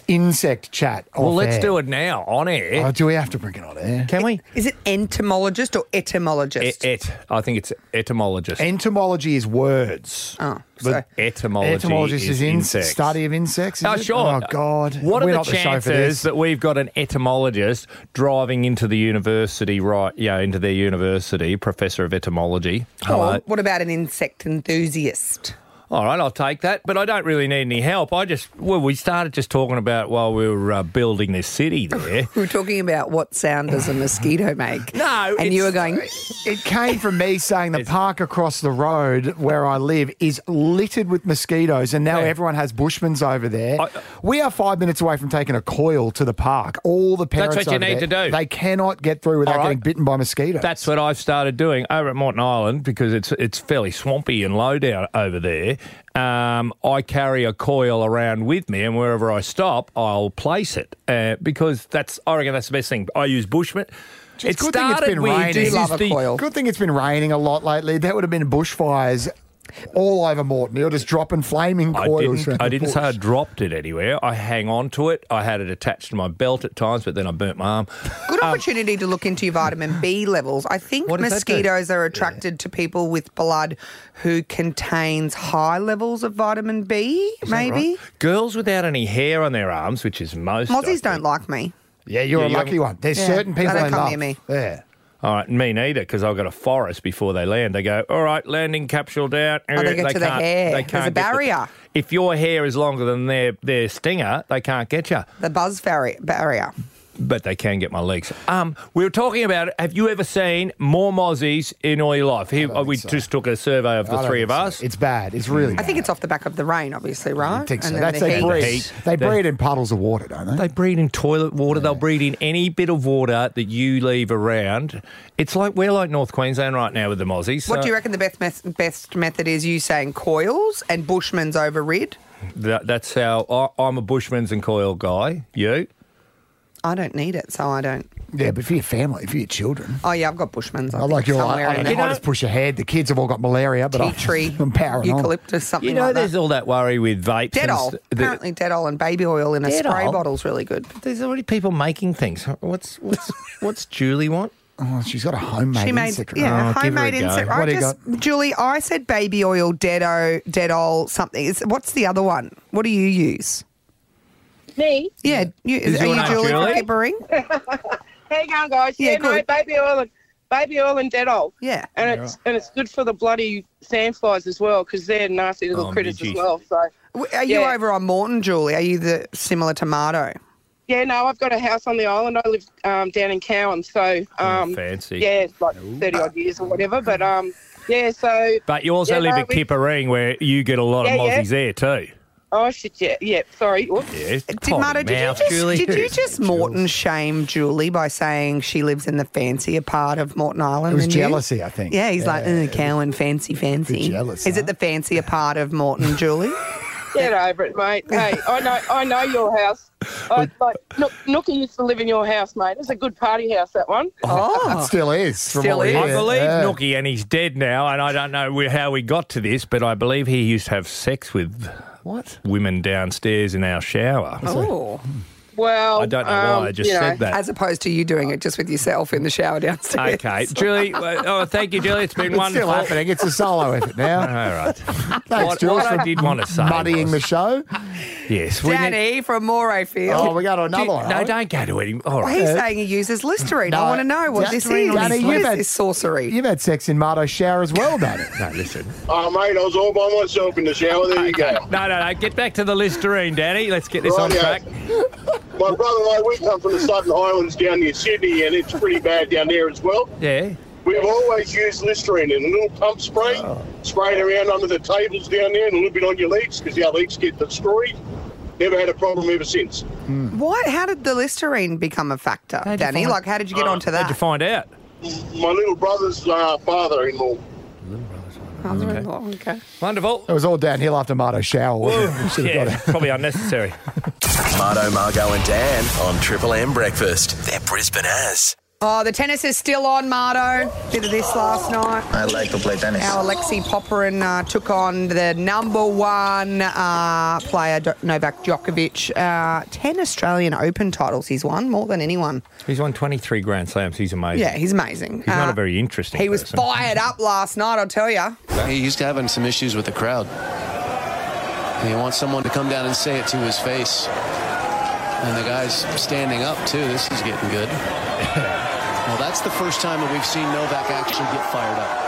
Speaker 4: insect chat.
Speaker 7: Well, let's do it now on
Speaker 4: Oh,
Speaker 7: air.
Speaker 4: do we have to bring it on air?
Speaker 7: Can we?
Speaker 6: Is it entomologist or etymologist?
Speaker 7: Et, E, et. I think it's etymologist.
Speaker 4: Entomology is words.
Speaker 6: oh, sorry.
Speaker 7: But etymology
Speaker 4: Entomologist
Speaker 7: is,
Speaker 4: is in
Speaker 7: insects.
Speaker 4: study of insects. Is
Speaker 7: Oh,
Speaker 4: it?
Speaker 7: sure.
Speaker 4: Oh God.
Speaker 7: What
Speaker 4: We're
Speaker 7: are
Speaker 4: not
Speaker 7: the
Speaker 4: the show for
Speaker 7: chances
Speaker 4: this.
Speaker 7: that we've got an etymologist driving into the university, right? Yeah, into their university, professor of etymology.
Speaker 6: Oh,
Speaker 7: Hello.
Speaker 6: what about an insect enthusiast?
Speaker 7: All right, I'll take that, but I don't really need any help. I just, well, we started just talking about while we were uh, building this city there.
Speaker 6: We were talking about what sound does a mosquito make.
Speaker 7: No,
Speaker 6: and you were
Speaker 7: it's-
Speaker 6: going.
Speaker 4: It came from me saying the park across the road where I live is littered with mosquitoes, and now
Speaker 7: Yeah.
Speaker 4: everyone has Bushmans over there.
Speaker 7: I- uh,
Speaker 4: we are five minutes away from taking a coil to the park. All the parents
Speaker 7: what you
Speaker 4: over
Speaker 7: need
Speaker 4: there,
Speaker 7: to do.
Speaker 4: They cannot get through without
Speaker 7: All right.
Speaker 4: getting bitten by mosquitoes.
Speaker 7: That's what I've started doing over at Morton Island because it's it's fairly swampy and low down over there. Um, I carry a coil around with me, and wherever I stop, I'll place it uh, because that's I reckon that's the best thing. I use Bushman. It
Speaker 4: good thing it's
Speaker 7: started
Speaker 4: been
Speaker 7: with
Speaker 4: raining.
Speaker 7: this
Speaker 4: You love
Speaker 7: is
Speaker 6: a
Speaker 7: the-
Speaker 6: coil.
Speaker 4: good thing it's been raining a lot lately. There would have been bushfires all over Morton. You're just dropping flaming
Speaker 7: I
Speaker 4: coils.
Speaker 7: didn't,
Speaker 4: around
Speaker 7: I
Speaker 4: the
Speaker 7: didn't say I
Speaker 4: bush.
Speaker 7: dropped it anywhere. I hang on to it. I had it attached to my belt at times, but then I burnt my arm.
Speaker 6: Good opportunity to look into your vitamin B levels. I think
Speaker 7: um, What does that do?
Speaker 6: mosquitoes are attracted to people with blood who contains high levels of vitamin B, maybe.
Speaker 7: Girls without any hair on their arms, which is most I
Speaker 6: Mozzies
Speaker 7: think.
Speaker 6: don't like me.
Speaker 4: Yeah, you're
Speaker 7: Yeah,
Speaker 4: a
Speaker 7: you
Speaker 4: lucky
Speaker 7: haven't-
Speaker 4: one. There's
Speaker 6: Yeah,
Speaker 4: certain
Speaker 6: they
Speaker 4: people
Speaker 6: don't
Speaker 4: they
Speaker 6: come
Speaker 4: love.
Speaker 6: near me.
Speaker 4: Yeah.
Speaker 7: All right, me neither, because I've got a forest before they land. They go, all right, landing capsule down.
Speaker 6: Oh, they get to the
Speaker 7: can't-
Speaker 6: hair.
Speaker 7: They
Speaker 6: There's
Speaker 7: can't
Speaker 6: a
Speaker 7: get the-
Speaker 6: barrier.
Speaker 7: if your hair is longer than their, their stinger, they can't get you.
Speaker 6: The buzz barri- barrier.
Speaker 7: But they can get my legs. Um, we were talking about. Have you ever seen more mozzies in all your life? Here, we just took a survey of
Speaker 6: I
Speaker 7: the
Speaker 6: don't
Speaker 7: three
Speaker 6: think
Speaker 7: of us.
Speaker 4: It's bad. It's really
Speaker 6: I think it's off the back of the rain, obviously, right?
Speaker 4: I think so.
Speaker 6: And then
Speaker 4: That's
Speaker 6: the
Speaker 4: they
Speaker 6: heat.
Speaker 4: breed. They breed in puddles of water, don't they?
Speaker 7: They breed in toilet water. They'll breed in any bit of water that you leave around. It's like we're like North Queensland right now with the mozzies.
Speaker 6: What
Speaker 7: so
Speaker 6: do you reckon the best mes- best method is? You saying coils and Bushman's over red?
Speaker 7: That, that's how I, I'm a bushman's and coil guy. You?
Speaker 6: I don't need it, so I don't.
Speaker 4: Yeah, but for your family, for your children.
Speaker 6: Oh yeah, I've got Bushman's. I,
Speaker 4: I like your. I,
Speaker 6: somewhere
Speaker 4: I,
Speaker 6: in
Speaker 4: don't know,
Speaker 6: there.
Speaker 4: I just push ahead. The kids have all got malaria, but
Speaker 6: Tea
Speaker 4: I,
Speaker 6: tree,
Speaker 4: I'm powering on.
Speaker 6: eucalyptus, something
Speaker 7: You know,
Speaker 6: like
Speaker 7: there's
Speaker 6: that.
Speaker 7: all that worry with vapes. and
Speaker 6: Dettol.
Speaker 7: st- that-
Speaker 6: Apparently, Dettol and baby oil in a spray
Speaker 7: Dettol?
Speaker 6: bottle's really good.
Speaker 7: there's already people making things. What's what's what's Julie want?
Speaker 4: Oh, she's got a homemade
Speaker 6: She made yeah,
Speaker 7: Oh, give her a
Speaker 6: homemade
Speaker 7: go.
Speaker 6: insect.
Speaker 7: What
Speaker 6: I
Speaker 7: do you
Speaker 6: just Julie, I said baby oil, Dedo, Dettol, something. It's, what's the other one? What do you use?
Speaker 18: Me?
Speaker 6: Yeah, you,
Speaker 18: Is
Speaker 6: are
Speaker 18: your
Speaker 6: you
Speaker 18: name
Speaker 6: Julie
Speaker 18: Julie?
Speaker 6: from Pickering?
Speaker 18: How you going, guys?
Speaker 6: Yeah,
Speaker 18: Yeah, no,
Speaker 6: good.
Speaker 18: baby oil and baby oil and Dettol.
Speaker 6: Yeah,
Speaker 18: and it's and it's good for the bloody sandflies as well because they're nasty little
Speaker 6: Oh,
Speaker 18: critters
Speaker 6: midges.
Speaker 18: as well. So,
Speaker 6: W- Are you
Speaker 18: yeah.
Speaker 6: over on Morton, Julie? Are you the similar tomato?
Speaker 18: Yeah, no, I've got a house on the island. I live um, down in Cowan, so um,
Speaker 7: Oh, fancy.
Speaker 18: Yeah, it's like thirty odd years or whatever. But um, yeah, so
Speaker 7: But you also
Speaker 18: yeah,
Speaker 7: live
Speaker 18: no,
Speaker 7: at
Speaker 18: we-
Speaker 7: Kippering, where you get a lot
Speaker 18: Yeah,
Speaker 7: of
Speaker 18: yeah.
Speaker 7: mozzies there too.
Speaker 18: Oh shit! Yeah, yeah. Sorry. Oops.
Speaker 7: Yeah,
Speaker 6: Did, Marta, did you just, did you just Morton shame Julie by saying she lives in the fancier part of Morton Island?
Speaker 4: It was
Speaker 6: than you?
Speaker 4: jealousy, I think.
Speaker 6: Yeah, he's like,
Speaker 4: Yeah.
Speaker 6: "Ugh, Cowan, fancy, fancy.
Speaker 4: jealous,
Speaker 6: Is it the fancier part of Morton, Julie?
Speaker 18: Get over it, mate. Hey, I know, I know your house. I, like, Nook, Nookie used to live in your house, mate. It's a good party house, that one.
Speaker 7: Oh,
Speaker 6: Oh.
Speaker 4: It still is. From
Speaker 7: Still
Speaker 4: what we
Speaker 7: is. I
Speaker 4: hear.
Speaker 7: believe
Speaker 4: Yeah.
Speaker 7: Nookie, and he's dead now, and I don't know where- how we got to this, but I believe he used to have sex with
Speaker 4: what
Speaker 7: women downstairs in our shower.
Speaker 6: Oh. um,
Speaker 18: Well,
Speaker 7: I don't know why I just said that.
Speaker 6: As opposed to you doing it just with yourself in the shower downstairs.
Speaker 7: Okay, Julie. well, Oh, thank you, Julie. It's been
Speaker 4: It's
Speaker 7: wonderful.
Speaker 4: still happening. It's a solo effort now.
Speaker 7: All right.
Speaker 4: Thanks,
Speaker 7: What-
Speaker 4: Jules,
Speaker 7: what I
Speaker 4: for
Speaker 7: did want to say
Speaker 4: muddying
Speaker 7: was-
Speaker 4: the show.
Speaker 7: Yes, we need-
Speaker 6: Danny from Morayfield.
Speaker 4: Oh, we go to another
Speaker 7: Do-
Speaker 4: one.
Speaker 7: No,
Speaker 4: huh?
Speaker 7: don't go to him. All
Speaker 6: Well,
Speaker 7: right. Uh,
Speaker 6: he's saying he uses Listerine. I want to know what this
Speaker 4: Danny,
Speaker 6: is. What
Speaker 4: Danny,
Speaker 6: is
Speaker 4: you've had-
Speaker 6: this sorcery?
Speaker 4: You've had sex in Mardo's shower as well, Danny.
Speaker 7: no, listen.
Speaker 20: Oh, mate, I was all by myself in the shower. There you go.
Speaker 7: No, no, no. Get back to the Listerine, Danny. Let's get this on
Speaker 20: Rightio.
Speaker 7: track.
Speaker 20: My brother and I, we come from the Southern Highlands down near Sydney, and it's pretty bad down there as well.
Speaker 7: Yeah.
Speaker 20: We've always used Listerine in a little pump spray,
Speaker 7: Oh.
Speaker 20: sprayed around under the tables down there and a little bit on your legs because our legs get destroyed. Never had a problem ever since.
Speaker 7: Mm.
Speaker 6: What? How did the Listerine become a factor, Danny?
Speaker 20: find-
Speaker 6: like, how did you get
Speaker 20: Uh,
Speaker 6: onto
Speaker 7: How'd
Speaker 6: that?
Speaker 7: you find out?
Speaker 20: My little brother's uh, father in law.
Speaker 6: Oh, okay.
Speaker 7: Wonderful.
Speaker 4: It was all downhill after Mardo's shower. wasn't it? We should've got
Speaker 7: Yeah,
Speaker 4: it.
Speaker 7: probably unnecessary.
Speaker 3: Marto, Margo, and Dan on Triple M Breakfast. They're Brisbane as.
Speaker 6: Oh, the tennis is still on, Mardo. Bit of this last night.
Speaker 21: I like to play tennis.
Speaker 6: Our Alexei Popperin uh, took on the number one uh, player, Do- Novak Djokovic. Uh, 10 Australian Open titles he's won, more than anyone.
Speaker 7: He's won 23 Grand Slams. He's amazing.
Speaker 6: Yeah, he's amazing.
Speaker 7: He's not
Speaker 6: Uh,
Speaker 7: a very interesting
Speaker 6: He was
Speaker 7: person.
Speaker 6: fired up last night, I'll tell you.
Speaker 22: He used to having some issues with the crowd. And he wants someone to come down and say it to his face. And the guy's standing up too. This is getting good. well, that's the first time that we've seen Novak actually get fired up.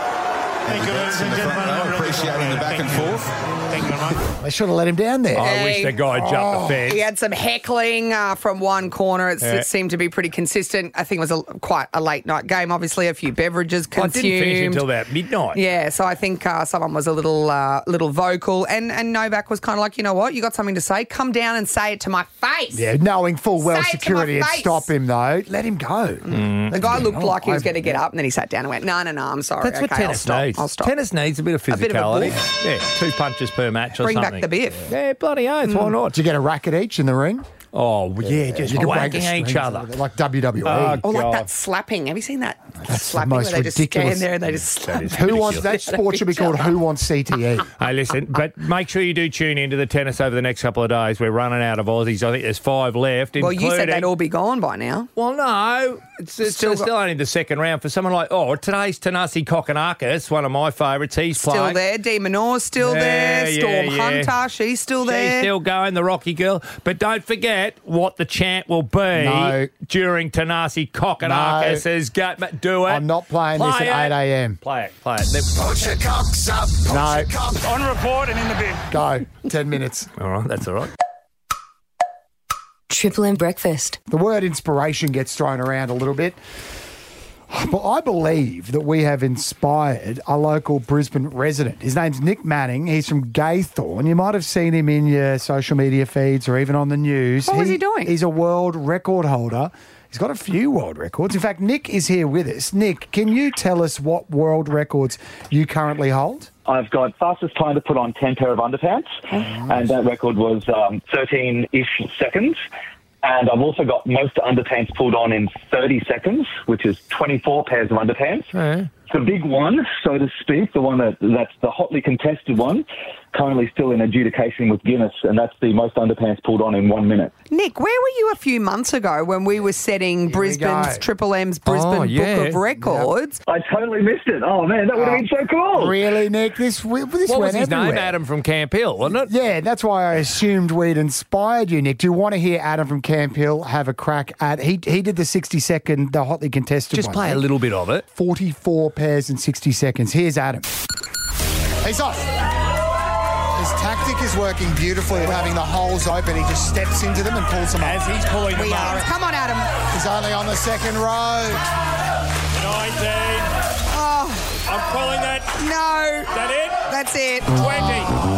Speaker 23: Thank you, ladies and gentlemen. I'm appreciating the back and forth. Thank you, mate.
Speaker 4: They should have let him down there.
Speaker 7: I wish the guy jumped the fence.
Speaker 6: Oh. He had some heckling uh, from one corner. It's,
Speaker 7: Yeah.
Speaker 6: It seemed to be pretty consistent. I think it was a, quite a late night game, obviously, a few beverages
Speaker 7: I
Speaker 6: consumed.
Speaker 7: didn't finish until about midnight.
Speaker 6: Yeah, so I think uh, someone was a little uh, little vocal, and, and Novak was kind of like, you know what, you got something to say, come down and say it to my face.
Speaker 4: Yeah, knowing full well
Speaker 6: Say it to
Speaker 4: security
Speaker 6: my
Speaker 4: would
Speaker 6: face.
Speaker 4: stop him though. Let him go.
Speaker 7: Mm.
Speaker 6: The guy
Speaker 4: Yeah,
Speaker 6: looked
Speaker 4: no,
Speaker 6: like he was
Speaker 4: I-
Speaker 6: going to get up, and then he sat down and went, no, no, no, I'm sorry.
Speaker 7: That's what
Speaker 6: okay, I'll
Speaker 7: tennis
Speaker 6: stop.
Speaker 7: needs.
Speaker 6: I'll stop.
Speaker 7: Tennis needs a bit of
Speaker 6: A bit of a
Speaker 7: physicality.
Speaker 6: biff.
Speaker 7: yeah, two punches per match or
Speaker 6: Bring
Speaker 7: something.
Speaker 6: back the biff. Mm.
Speaker 7: Yeah, bloody oath. Why not?
Speaker 4: Did you get a racket each in the ring?
Speaker 7: Oh, yeah, just
Speaker 4: could break
Speaker 7: whacking
Speaker 4: the
Speaker 7: each
Speaker 4: strings
Speaker 7: other.
Speaker 4: like WWE.
Speaker 7: Oh,
Speaker 6: Or like
Speaker 7: God.
Speaker 6: that slapping. Have you seen that slapping
Speaker 4: most
Speaker 6: where they just
Speaker 4: ridiculous-
Speaker 6: stand there and they just slap?
Speaker 4: Who wants that sport should be called Who Wants E? CTE?
Speaker 7: Hey, listen,
Speaker 6: Uh,
Speaker 7: but make sure you do tune into the tennis over the next couple of days. We're running out of Aussies. I think there's five left.
Speaker 6: Well, you said
Speaker 7: including-
Speaker 6: they'd all be gone by now.
Speaker 7: Well, no, it's, it's
Speaker 6: Still
Speaker 7: still,
Speaker 6: got-
Speaker 7: still only the second round for someone like oh today's Tanasi Kokonakis, one of my favourites. He's
Speaker 6: Still
Speaker 7: playing.
Speaker 6: there. Dee Menor's still
Speaker 7: Yeah,
Speaker 6: there. Storm
Speaker 7: yeah, yeah.
Speaker 6: Hunter, she's still
Speaker 7: She's
Speaker 6: there.
Speaker 7: still going, the Rocky girl. But don't forget, bet what the chant will be
Speaker 4: No.
Speaker 7: during Tanasi Kokkinakis's no. gut? Do it.
Speaker 4: I'm not playing this
Speaker 7: Play
Speaker 4: at
Speaker 7: it.
Speaker 4: 8 a.m.
Speaker 7: Play it. Play it.
Speaker 4: Put your cocks up. No.
Speaker 23: On report and in the bin.
Speaker 4: Go. 10 minutes.
Speaker 7: All right. That's all right.
Speaker 1: Triple M breakfast.
Speaker 4: The word inspiration gets thrown around a little bit. But I believe that we have inspired a local Brisbane resident. His name's Nick Manning. He's from Gaythorne. You might have seen him in your social media feeds or even on the news.
Speaker 6: What was he doing?
Speaker 4: He's a world record holder. He's got a few world records. In fact, Nick is here with us. Nick, can you tell us what world records you currently hold?
Speaker 2: I've got fastest time to put on 10 pair of underpants,
Speaker 6: Oh,
Speaker 2: and that record was um, 13-ish seconds. And I've also got most underpants pulled on in 30 seconds, which is 24 pairs of underpants. The big one, so to speak, the one that, that's the hotly contested one, currently still in adjudication with Guinness, and that's the most underpants pulled on in one minute.
Speaker 6: Nick, where were you a few months ago when we Oh, were setting Brisbane's Triple M's
Speaker 4: Oh,
Speaker 6: Brisbane Book of Records?
Speaker 2: I totally missed it. Oh man, that would have been so cool.
Speaker 4: Really, Nick? This, w- this
Speaker 7: what was
Speaker 4: went
Speaker 7: his
Speaker 4: everywhere.
Speaker 7: name? Adam from Camp Hill, wasn't it?
Speaker 4: Yeah, that's why I assumed we'd inspired you, Nick. Do you want to hear Adam from Camp Hill have a crack at? He he did the sixty second, the hotly contested.
Speaker 7: Just
Speaker 4: one,
Speaker 7: play a
Speaker 4: Nick.
Speaker 7: little bit of it.
Speaker 4: Forty four pairs in sixty seconds. Here's Adam. He's off. His tactic is working beautifully of having the holes open. He just steps into them and pulls them
Speaker 23: As he's pulling them up.
Speaker 6: Come on, Adam.
Speaker 4: He's only on the second row.
Speaker 23: 19.
Speaker 6: Oh,
Speaker 23: I'm calling that.
Speaker 6: no.
Speaker 23: That it?
Speaker 6: That's it.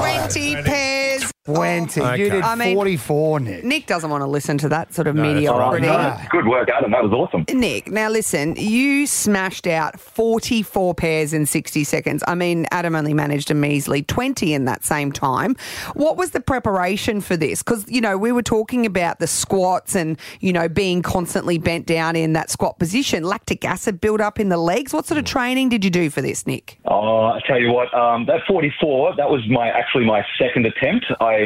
Speaker 6: 20
Speaker 23: 20
Speaker 6: pairs.
Speaker 4: Twenty. You
Speaker 6: Okay.
Speaker 4: did
Speaker 6: I mean-
Speaker 4: forty four, Nick.
Speaker 6: Nick doesn't want to listen to that sort of
Speaker 2: No, that's all right.
Speaker 6: mediocrity.
Speaker 2: No, Good work, Adam. That was awesome.
Speaker 6: Nick, now listen, you smashed out 44 pairs in 60 seconds. I mean, Adam only managed a measly 20 in that same time. What was the preparation for this? Because, you know, we were talking about the squats and, you know, being constantly bent down in that squat position, lactic acid buildup in the legs. What sort of training did you do for this, Nick?
Speaker 2: Oh, I tell you what, um, that 44, that was my actually my second attempt. I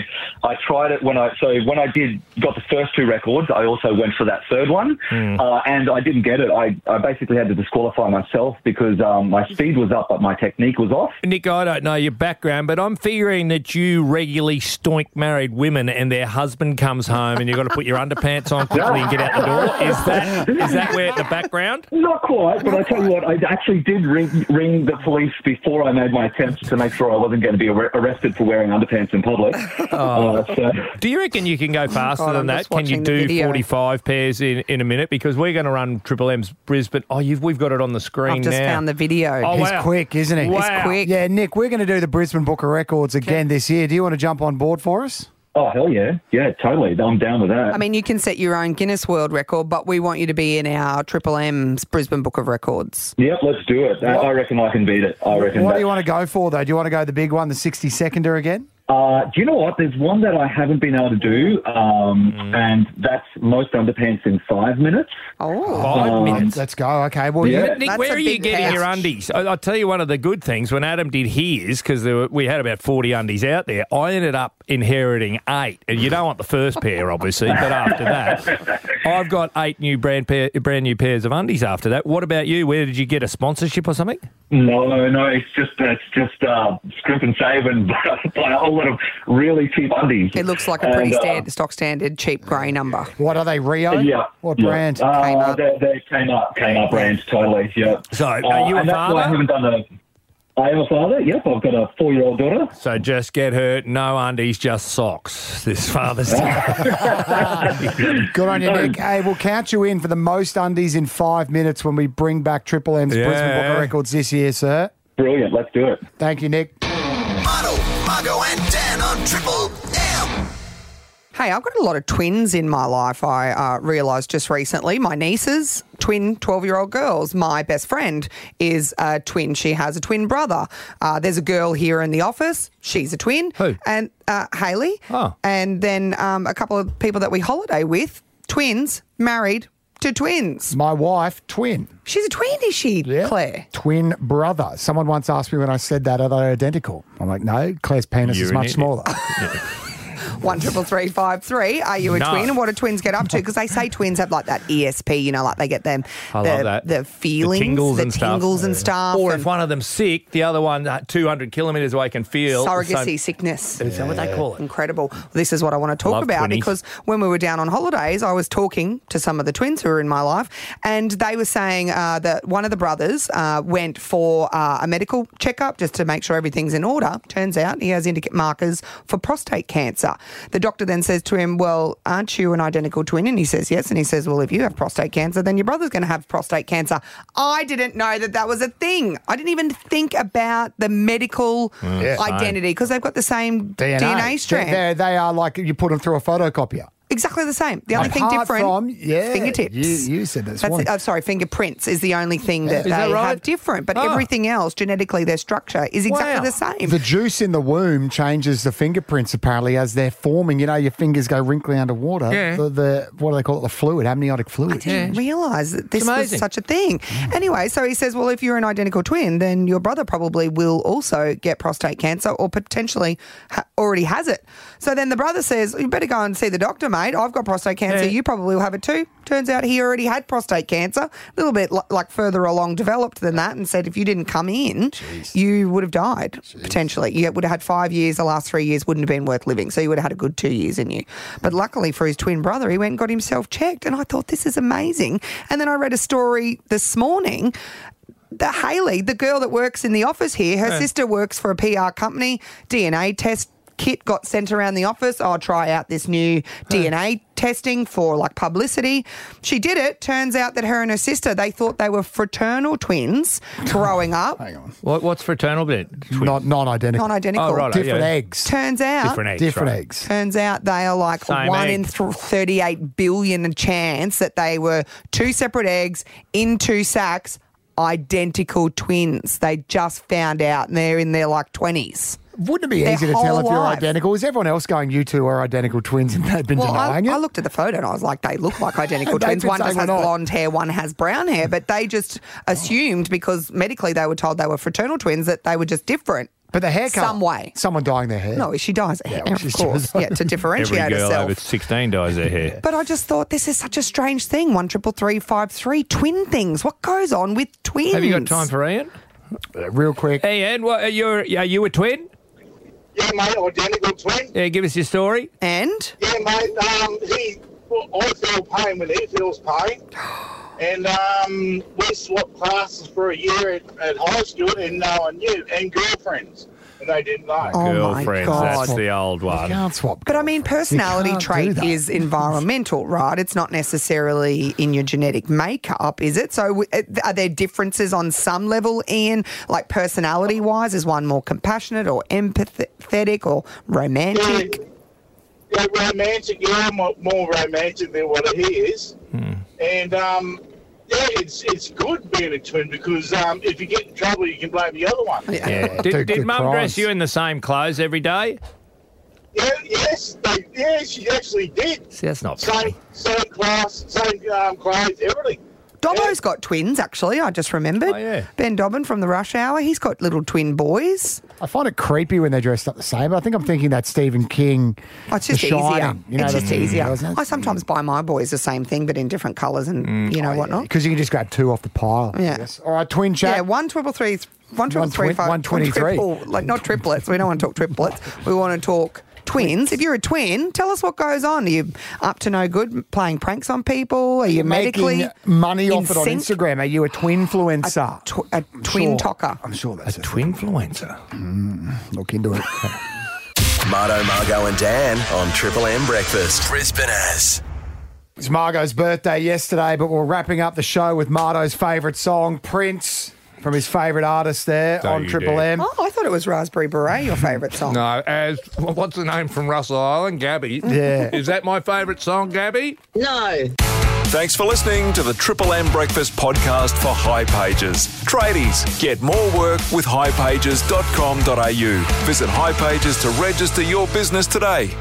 Speaker 2: I tried it when I so when I did got the first two records, I also went for that third one,
Speaker 4: Hmm.
Speaker 2: uh, and I didn't get it. I, I basically had to disqualify myself because um, my speed was up, but my technique was off.
Speaker 7: Nick, I don't know your background, but I'm figuring that you regularly stoink married women and their husband comes home and you've got to put your underpants on quickly and get out the door. Is that is that where the background?
Speaker 2: Not quite, but I tell you what, I actually did ring, ring the police before I made my attempt to make sure I wasn't going to be ar- arrested for wearing underpants in public. Uh, so-
Speaker 7: Do you reckon you can go faster
Speaker 2: God,
Speaker 7: than
Speaker 2: I'm
Speaker 7: that?
Speaker 2: just
Speaker 7: Can you
Speaker 2: watching the
Speaker 7: do
Speaker 2: video.
Speaker 7: 45 pairs in, in a minute? Because we're going to run Triple M's Brisbane. Oh, you've, we've got it on the screen
Speaker 6: I've just
Speaker 7: now.
Speaker 6: found the video.
Speaker 7: Oh,
Speaker 4: He's
Speaker 7: wow.
Speaker 4: quick, isn't he?
Speaker 7: Wow. He's
Speaker 6: quick.
Speaker 4: Yeah, Nick, we're going to do the Brisbane Book of Records again this year. Do you want to jump on board for us?
Speaker 2: oh, hell yeah. Yeah, totally. I'm down with that.
Speaker 6: I mean, you can set your own Guinness World Record, but we want you to be in our Triple M's Brisbane Book of Records.
Speaker 2: Yep, let's do it. I, I reckon I can beat it. I reckon.
Speaker 4: What
Speaker 2: that-
Speaker 4: do you want to go for, though? Do you want to go the big one, the 60 seconder again?
Speaker 2: Uh, do you know what? There's one that I haven't been able to do, um,
Speaker 7: Mm.
Speaker 2: and that's most underpants in five minutes. Um,
Speaker 6: Oh,
Speaker 7: Five minutes.
Speaker 4: Let's go. Okay. Well,
Speaker 2: Yeah.
Speaker 4: you-
Speaker 7: Nick, where are you getting your undies? I, I'll tell you one of the good things. When Adam did his, because we had about 40 undies out there, I ended up inheriting eight. And you don't want the first pair, obviously, but after that, I've got eight new brand, pair, brand new pairs of undies after that. What about you? Where did you get a sponsorship or something?
Speaker 2: No, no, it's just it's just uh, scrimp and save and buy a whole lot of really cheap undies.
Speaker 6: It looks like a
Speaker 2: And,
Speaker 6: pretty
Speaker 2: uh,
Speaker 6: standard, stock standard, cheap grey number.
Speaker 4: What are they, Rio?
Speaker 2: Yeah.
Speaker 4: What
Speaker 2: yeah.
Speaker 4: brand?
Speaker 2: Uh, They, they came up, came up brands, totally. Yeah. Uh,
Speaker 7: So, are you a
Speaker 2: and that's why I
Speaker 7: father?
Speaker 2: haven't done a. I am a father. Yep, I've got a four-year-old daughter.
Speaker 7: So just get her no undies, just socks this Father's Day.
Speaker 4: Good on you, Nick. Hey, we'll count you in for the most undies in five minutes when we bring back Triple M's
Speaker 7: Yeah.
Speaker 4: Brisbane Book of Records this year, sir.
Speaker 2: Brilliant. Let's do it.
Speaker 4: Thank you, Nick.
Speaker 6: Muddle, Muggle, and Dan on Triple M. Hey, I've got a lot of twins in my life, I uh, realised just recently. My nieces, twin 12 year old girls. My best friend is a twin. She has a twin brother. Uh, there's a girl here in the office. She's a twin. Who? And uh, Haley.
Speaker 7: Oh.
Speaker 6: And then um, a couple of people that we holiday with, twins, married to twins.
Speaker 4: My wife, twin.
Speaker 6: She's a twin, is she, Claire?
Speaker 4: Twin brother. Someone once asked me when I said that, are they identical? I'm like, no, Claire's penis
Speaker 7: You're
Speaker 4: is
Speaker 7: an
Speaker 4: much
Speaker 7: idiot.
Speaker 4: smaller.
Speaker 6: one triple three five three. Are you a
Speaker 7: No.
Speaker 6: twin? And what do twins get up to? Because they say twins have like that ESP, you know, like they get them
Speaker 7: I
Speaker 6: the,
Speaker 7: love that.
Speaker 6: the feelings,
Speaker 7: the tingles
Speaker 6: the
Speaker 7: and stuff.
Speaker 6: tingles and stuff,
Speaker 7: Or
Speaker 6: and
Speaker 7: if one of them's sick, the other one uh, 200 kilometres away can feel the
Speaker 6: surrogacy
Speaker 7: same-
Speaker 6: sickness.
Speaker 7: Is that what they call it?
Speaker 6: Incredible. This is what I want to talk
Speaker 7: Love
Speaker 6: about
Speaker 7: twinnies.
Speaker 6: because when we were down on holidays, I was talking to some of the twins who were in my life, and they were saying uh, that one of the brothers uh, went for uh, a medical checkup just to make sure everything's in order. Turns out he has indicate markers for prostate cancer. The doctor then says to him, "Well, aren't you an identical twin?" And he says, "Yes." And he says, "Well, if you have prostate cancer, then your brother's going to have prostate cancer." I didn't know that that was a thing. I didn't even think about the medical
Speaker 4: Mm, Yeah. fine.
Speaker 6: identity because they've got the same DNA, strand.
Speaker 4: They're, they are like you put them through a photocopier.
Speaker 6: exactly the same. The only thing
Speaker 4: Apart
Speaker 6: different,
Speaker 4: from- yeah,
Speaker 6: fingertips.
Speaker 4: You, you said this
Speaker 6: That's
Speaker 4: one.
Speaker 6: it. Oh, sorry, fingerprints is the only thing
Speaker 4: Yeah.
Speaker 6: that
Speaker 4: Is
Speaker 6: they
Speaker 4: that
Speaker 6: have
Speaker 4: right?
Speaker 6: different. But
Speaker 4: Ah.
Speaker 6: everything else, genetically, their structure is exactly the same.
Speaker 4: The juice in the womb changes the fingerprints apparently as they're forming. You know, your fingers go wrinkly underwater.
Speaker 6: Yeah.
Speaker 4: The, the what do they call it? The fluid, amniotic fluid.
Speaker 6: I didn't realise that this was
Speaker 4: amazing.
Speaker 6: such a thing. Anyway, so he says, well, if you're an identical twin, then your brother probably will also get prostate cancer or potentially ha- already has it. So then the brother says, you better go and see the doctor, mate. I've got prostate cancer.
Speaker 7: Yeah.
Speaker 6: You probably will have it too. Turns out he already had prostate cancer, a little bit li- like further along developed than that, and said, if you didn't come in, you would have died potentially. You would have had five years. The last three years wouldn't have been worth living. So you would have had a good two years in you. But luckily for his twin brother, he went and got himself checked. And I thought, this is amazing. And then I read a story this morning. The Haley, the girl that works in the office here, her
Speaker 7: Yeah.
Speaker 6: sister works for a PR company. DNA test kit got sent around the office. I'll try out this new DNA testing for like publicity. She did it. Turns out that her and her sister, they thought they were fraternal twins growing up.
Speaker 7: What, what's fraternal bit?
Speaker 4: Not non-identical.
Speaker 6: Non-identical.
Speaker 7: Oh, right,
Speaker 4: Different
Speaker 7: yeah.
Speaker 4: eggs.
Speaker 6: Turns out,
Speaker 7: Different eggs,
Speaker 4: Different
Speaker 7: right.
Speaker 4: eggs.
Speaker 6: Turns out they are like
Speaker 4: Same
Speaker 6: one
Speaker 4: egg.
Speaker 6: in th- 38 billion chance that they were two separate eggs in two sacks, identical twins. They just found out and they're in their like 20s.
Speaker 4: Wouldn't it be easy to tell if you're identical? Is everyone else going? You two are identical twins, and they've been
Speaker 6: Well, I,
Speaker 4: denying it.
Speaker 6: I looked at the photo and I was like, they look like identical
Speaker 4: They've
Speaker 6: twins.
Speaker 4: been
Speaker 6: One just
Speaker 4: saying
Speaker 6: has
Speaker 4: we're not.
Speaker 6: blonde hair, one has brown hair. But they just assumed because medically they were told they were fraternal twins that they were just different.
Speaker 4: But the haircut.
Speaker 6: Some way.
Speaker 4: Someone dyeing their hair.
Speaker 6: No, she dyes her hair, of
Speaker 4: she's
Speaker 6: course.
Speaker 4: just-
Speaker 6: Yeah, to
Speaker 7: Every
Speaker 6: differentiate
Speaker 7: girl
Speaker 6: herself.
Speaker 7: over 16 dyes their hair.
Speaker 6: But I just thought this is such a strange thing. One triple three five three twin things. What goes on with twins? Uh,
Speaker 7: Have you got time for Ian?
Speaker 4: real quick.
Speaker 7: Hey, Ian, what, are, you, are you a twin?
Speaker 20: Yeah, mate, identical twin.
Speaker 7: Yeah, give us your story.
Speaker 6: And?
Speaker 20: Yeah, mate. Um, he, well, I feel pain when he feels pain, and um, we swapped classes for a year at, at high school, and no one knew, and girlfriends, and they didn't
Speaker 6: Oh
Speaker 20: know.
Speaker 4: Oh,
Speaker 7: Girlfriends, that's the old one.
Speaker 4: can't swap.
Speaker 6: But I mean, personality
Speaker 4: can't do
Speaker 6: trait
Speaker 4: that.
Speaker 6: is environmental, right? It's not necessarily in your genetic makeup, is it? So, w- uh, are there differences on some level, Ian? Like personality wise, is one more compassionate or empathetic or
Speaker 20: Mm.
Speaker 6: romantic?
Speaker 20: Yeah, romantic. Yeah, more, more romantic than what he is.
Speaker 7: Hmm.
Speaker 20: And um, yeah, it's it's good being a twin because um, if you get in trouble, you can blame the other one.
Speaker 7: Yeah. Did, did mum dress you in the same clothes every day?
Speaker 20: Yeah, yes, they, yeah, she actually did.
Speaker 7: See, that's not
Speaker 20: Same, same class, same um, clothes, everything.
Speaker 6: Dobbo's got twins, actually. I just
Speaker 7: Oh,
Speaker 6: remembered. Ben Dobbin from the Rush Hour. He's got little twin boys.
Speaker 4: I find it creepy when they're dressed up the same. But I think I'm thinking that Stephen King.
Speaker 6: Oh, it's just
Speaker 4: The
Speaker 6: easier.
Speaker 4: Shining, you know,
Speaker 6: it's just
Speaker 4: the-
Speaker 6: easier.
Speaker 4: wasn't
Speaker 6: I sometimes buy my boys the same thing, but in different colours and
Speaker 4: Mm.
Speaker 6: you
Speaker 4: Oh,
Speaker 6: know whatnot.
Speaker 4: Because you can just grab two off the pile.
Speaker 6: Yeah.
Speaker 4: All right, twin chat.
Speaker 6: Yeah, one triple three, one triple three,
Speaker 4: One twen-
Speaker 6: five,
Speaker 4: one twenty-three.
Speaker 6: triple- like not triplets. We don't want to talk triplets. We want to talk twins. If you're a twin, tell us what goes on. Are you up to no good playing pranks on people? Are you
Speaker 4: You're
Speaker 6: medically
Speaker 4: making money
Speaker 6: in
Speaker 4: off it on
Speaker 6: sync?
Speaker 4: Instagram. Are you a twinfluencer? A,
Speaker 6: twin talker.
Speaker 4: I'm sure that's a
Speaker 7: twinfluencer.
Speaker 4: look into it.
Speaker 3: Marto, Margo, and Dan on Triple M Breakfast. Brisbane's.
Speaker 4: it's Margot's birthday yesterday, but we're wrapping up the show with Margot's favourite song, Prince, from his favourite artist there
Speaker 7: Don't
Speaker 4: on
Speaker 7: you
Speaker 4: Triple
Speaker 7: dare.
Speaker 4: M.
Speaker 6: Oh, I thought it was Raspberry Beret, your favourite song.
Speaker 7: No, as what's the name from Russell Island? Gabby.
Speaker 4: Yeah.
Speaker 7: Is that my favourite song, Gabby?
Speaker 19: No.
Speaker 3: Thanks for listening to the Triple M Breakfast podcast for High Pages. Tradies, get more work with highpages.com.au. Visit High Pages to register your business today.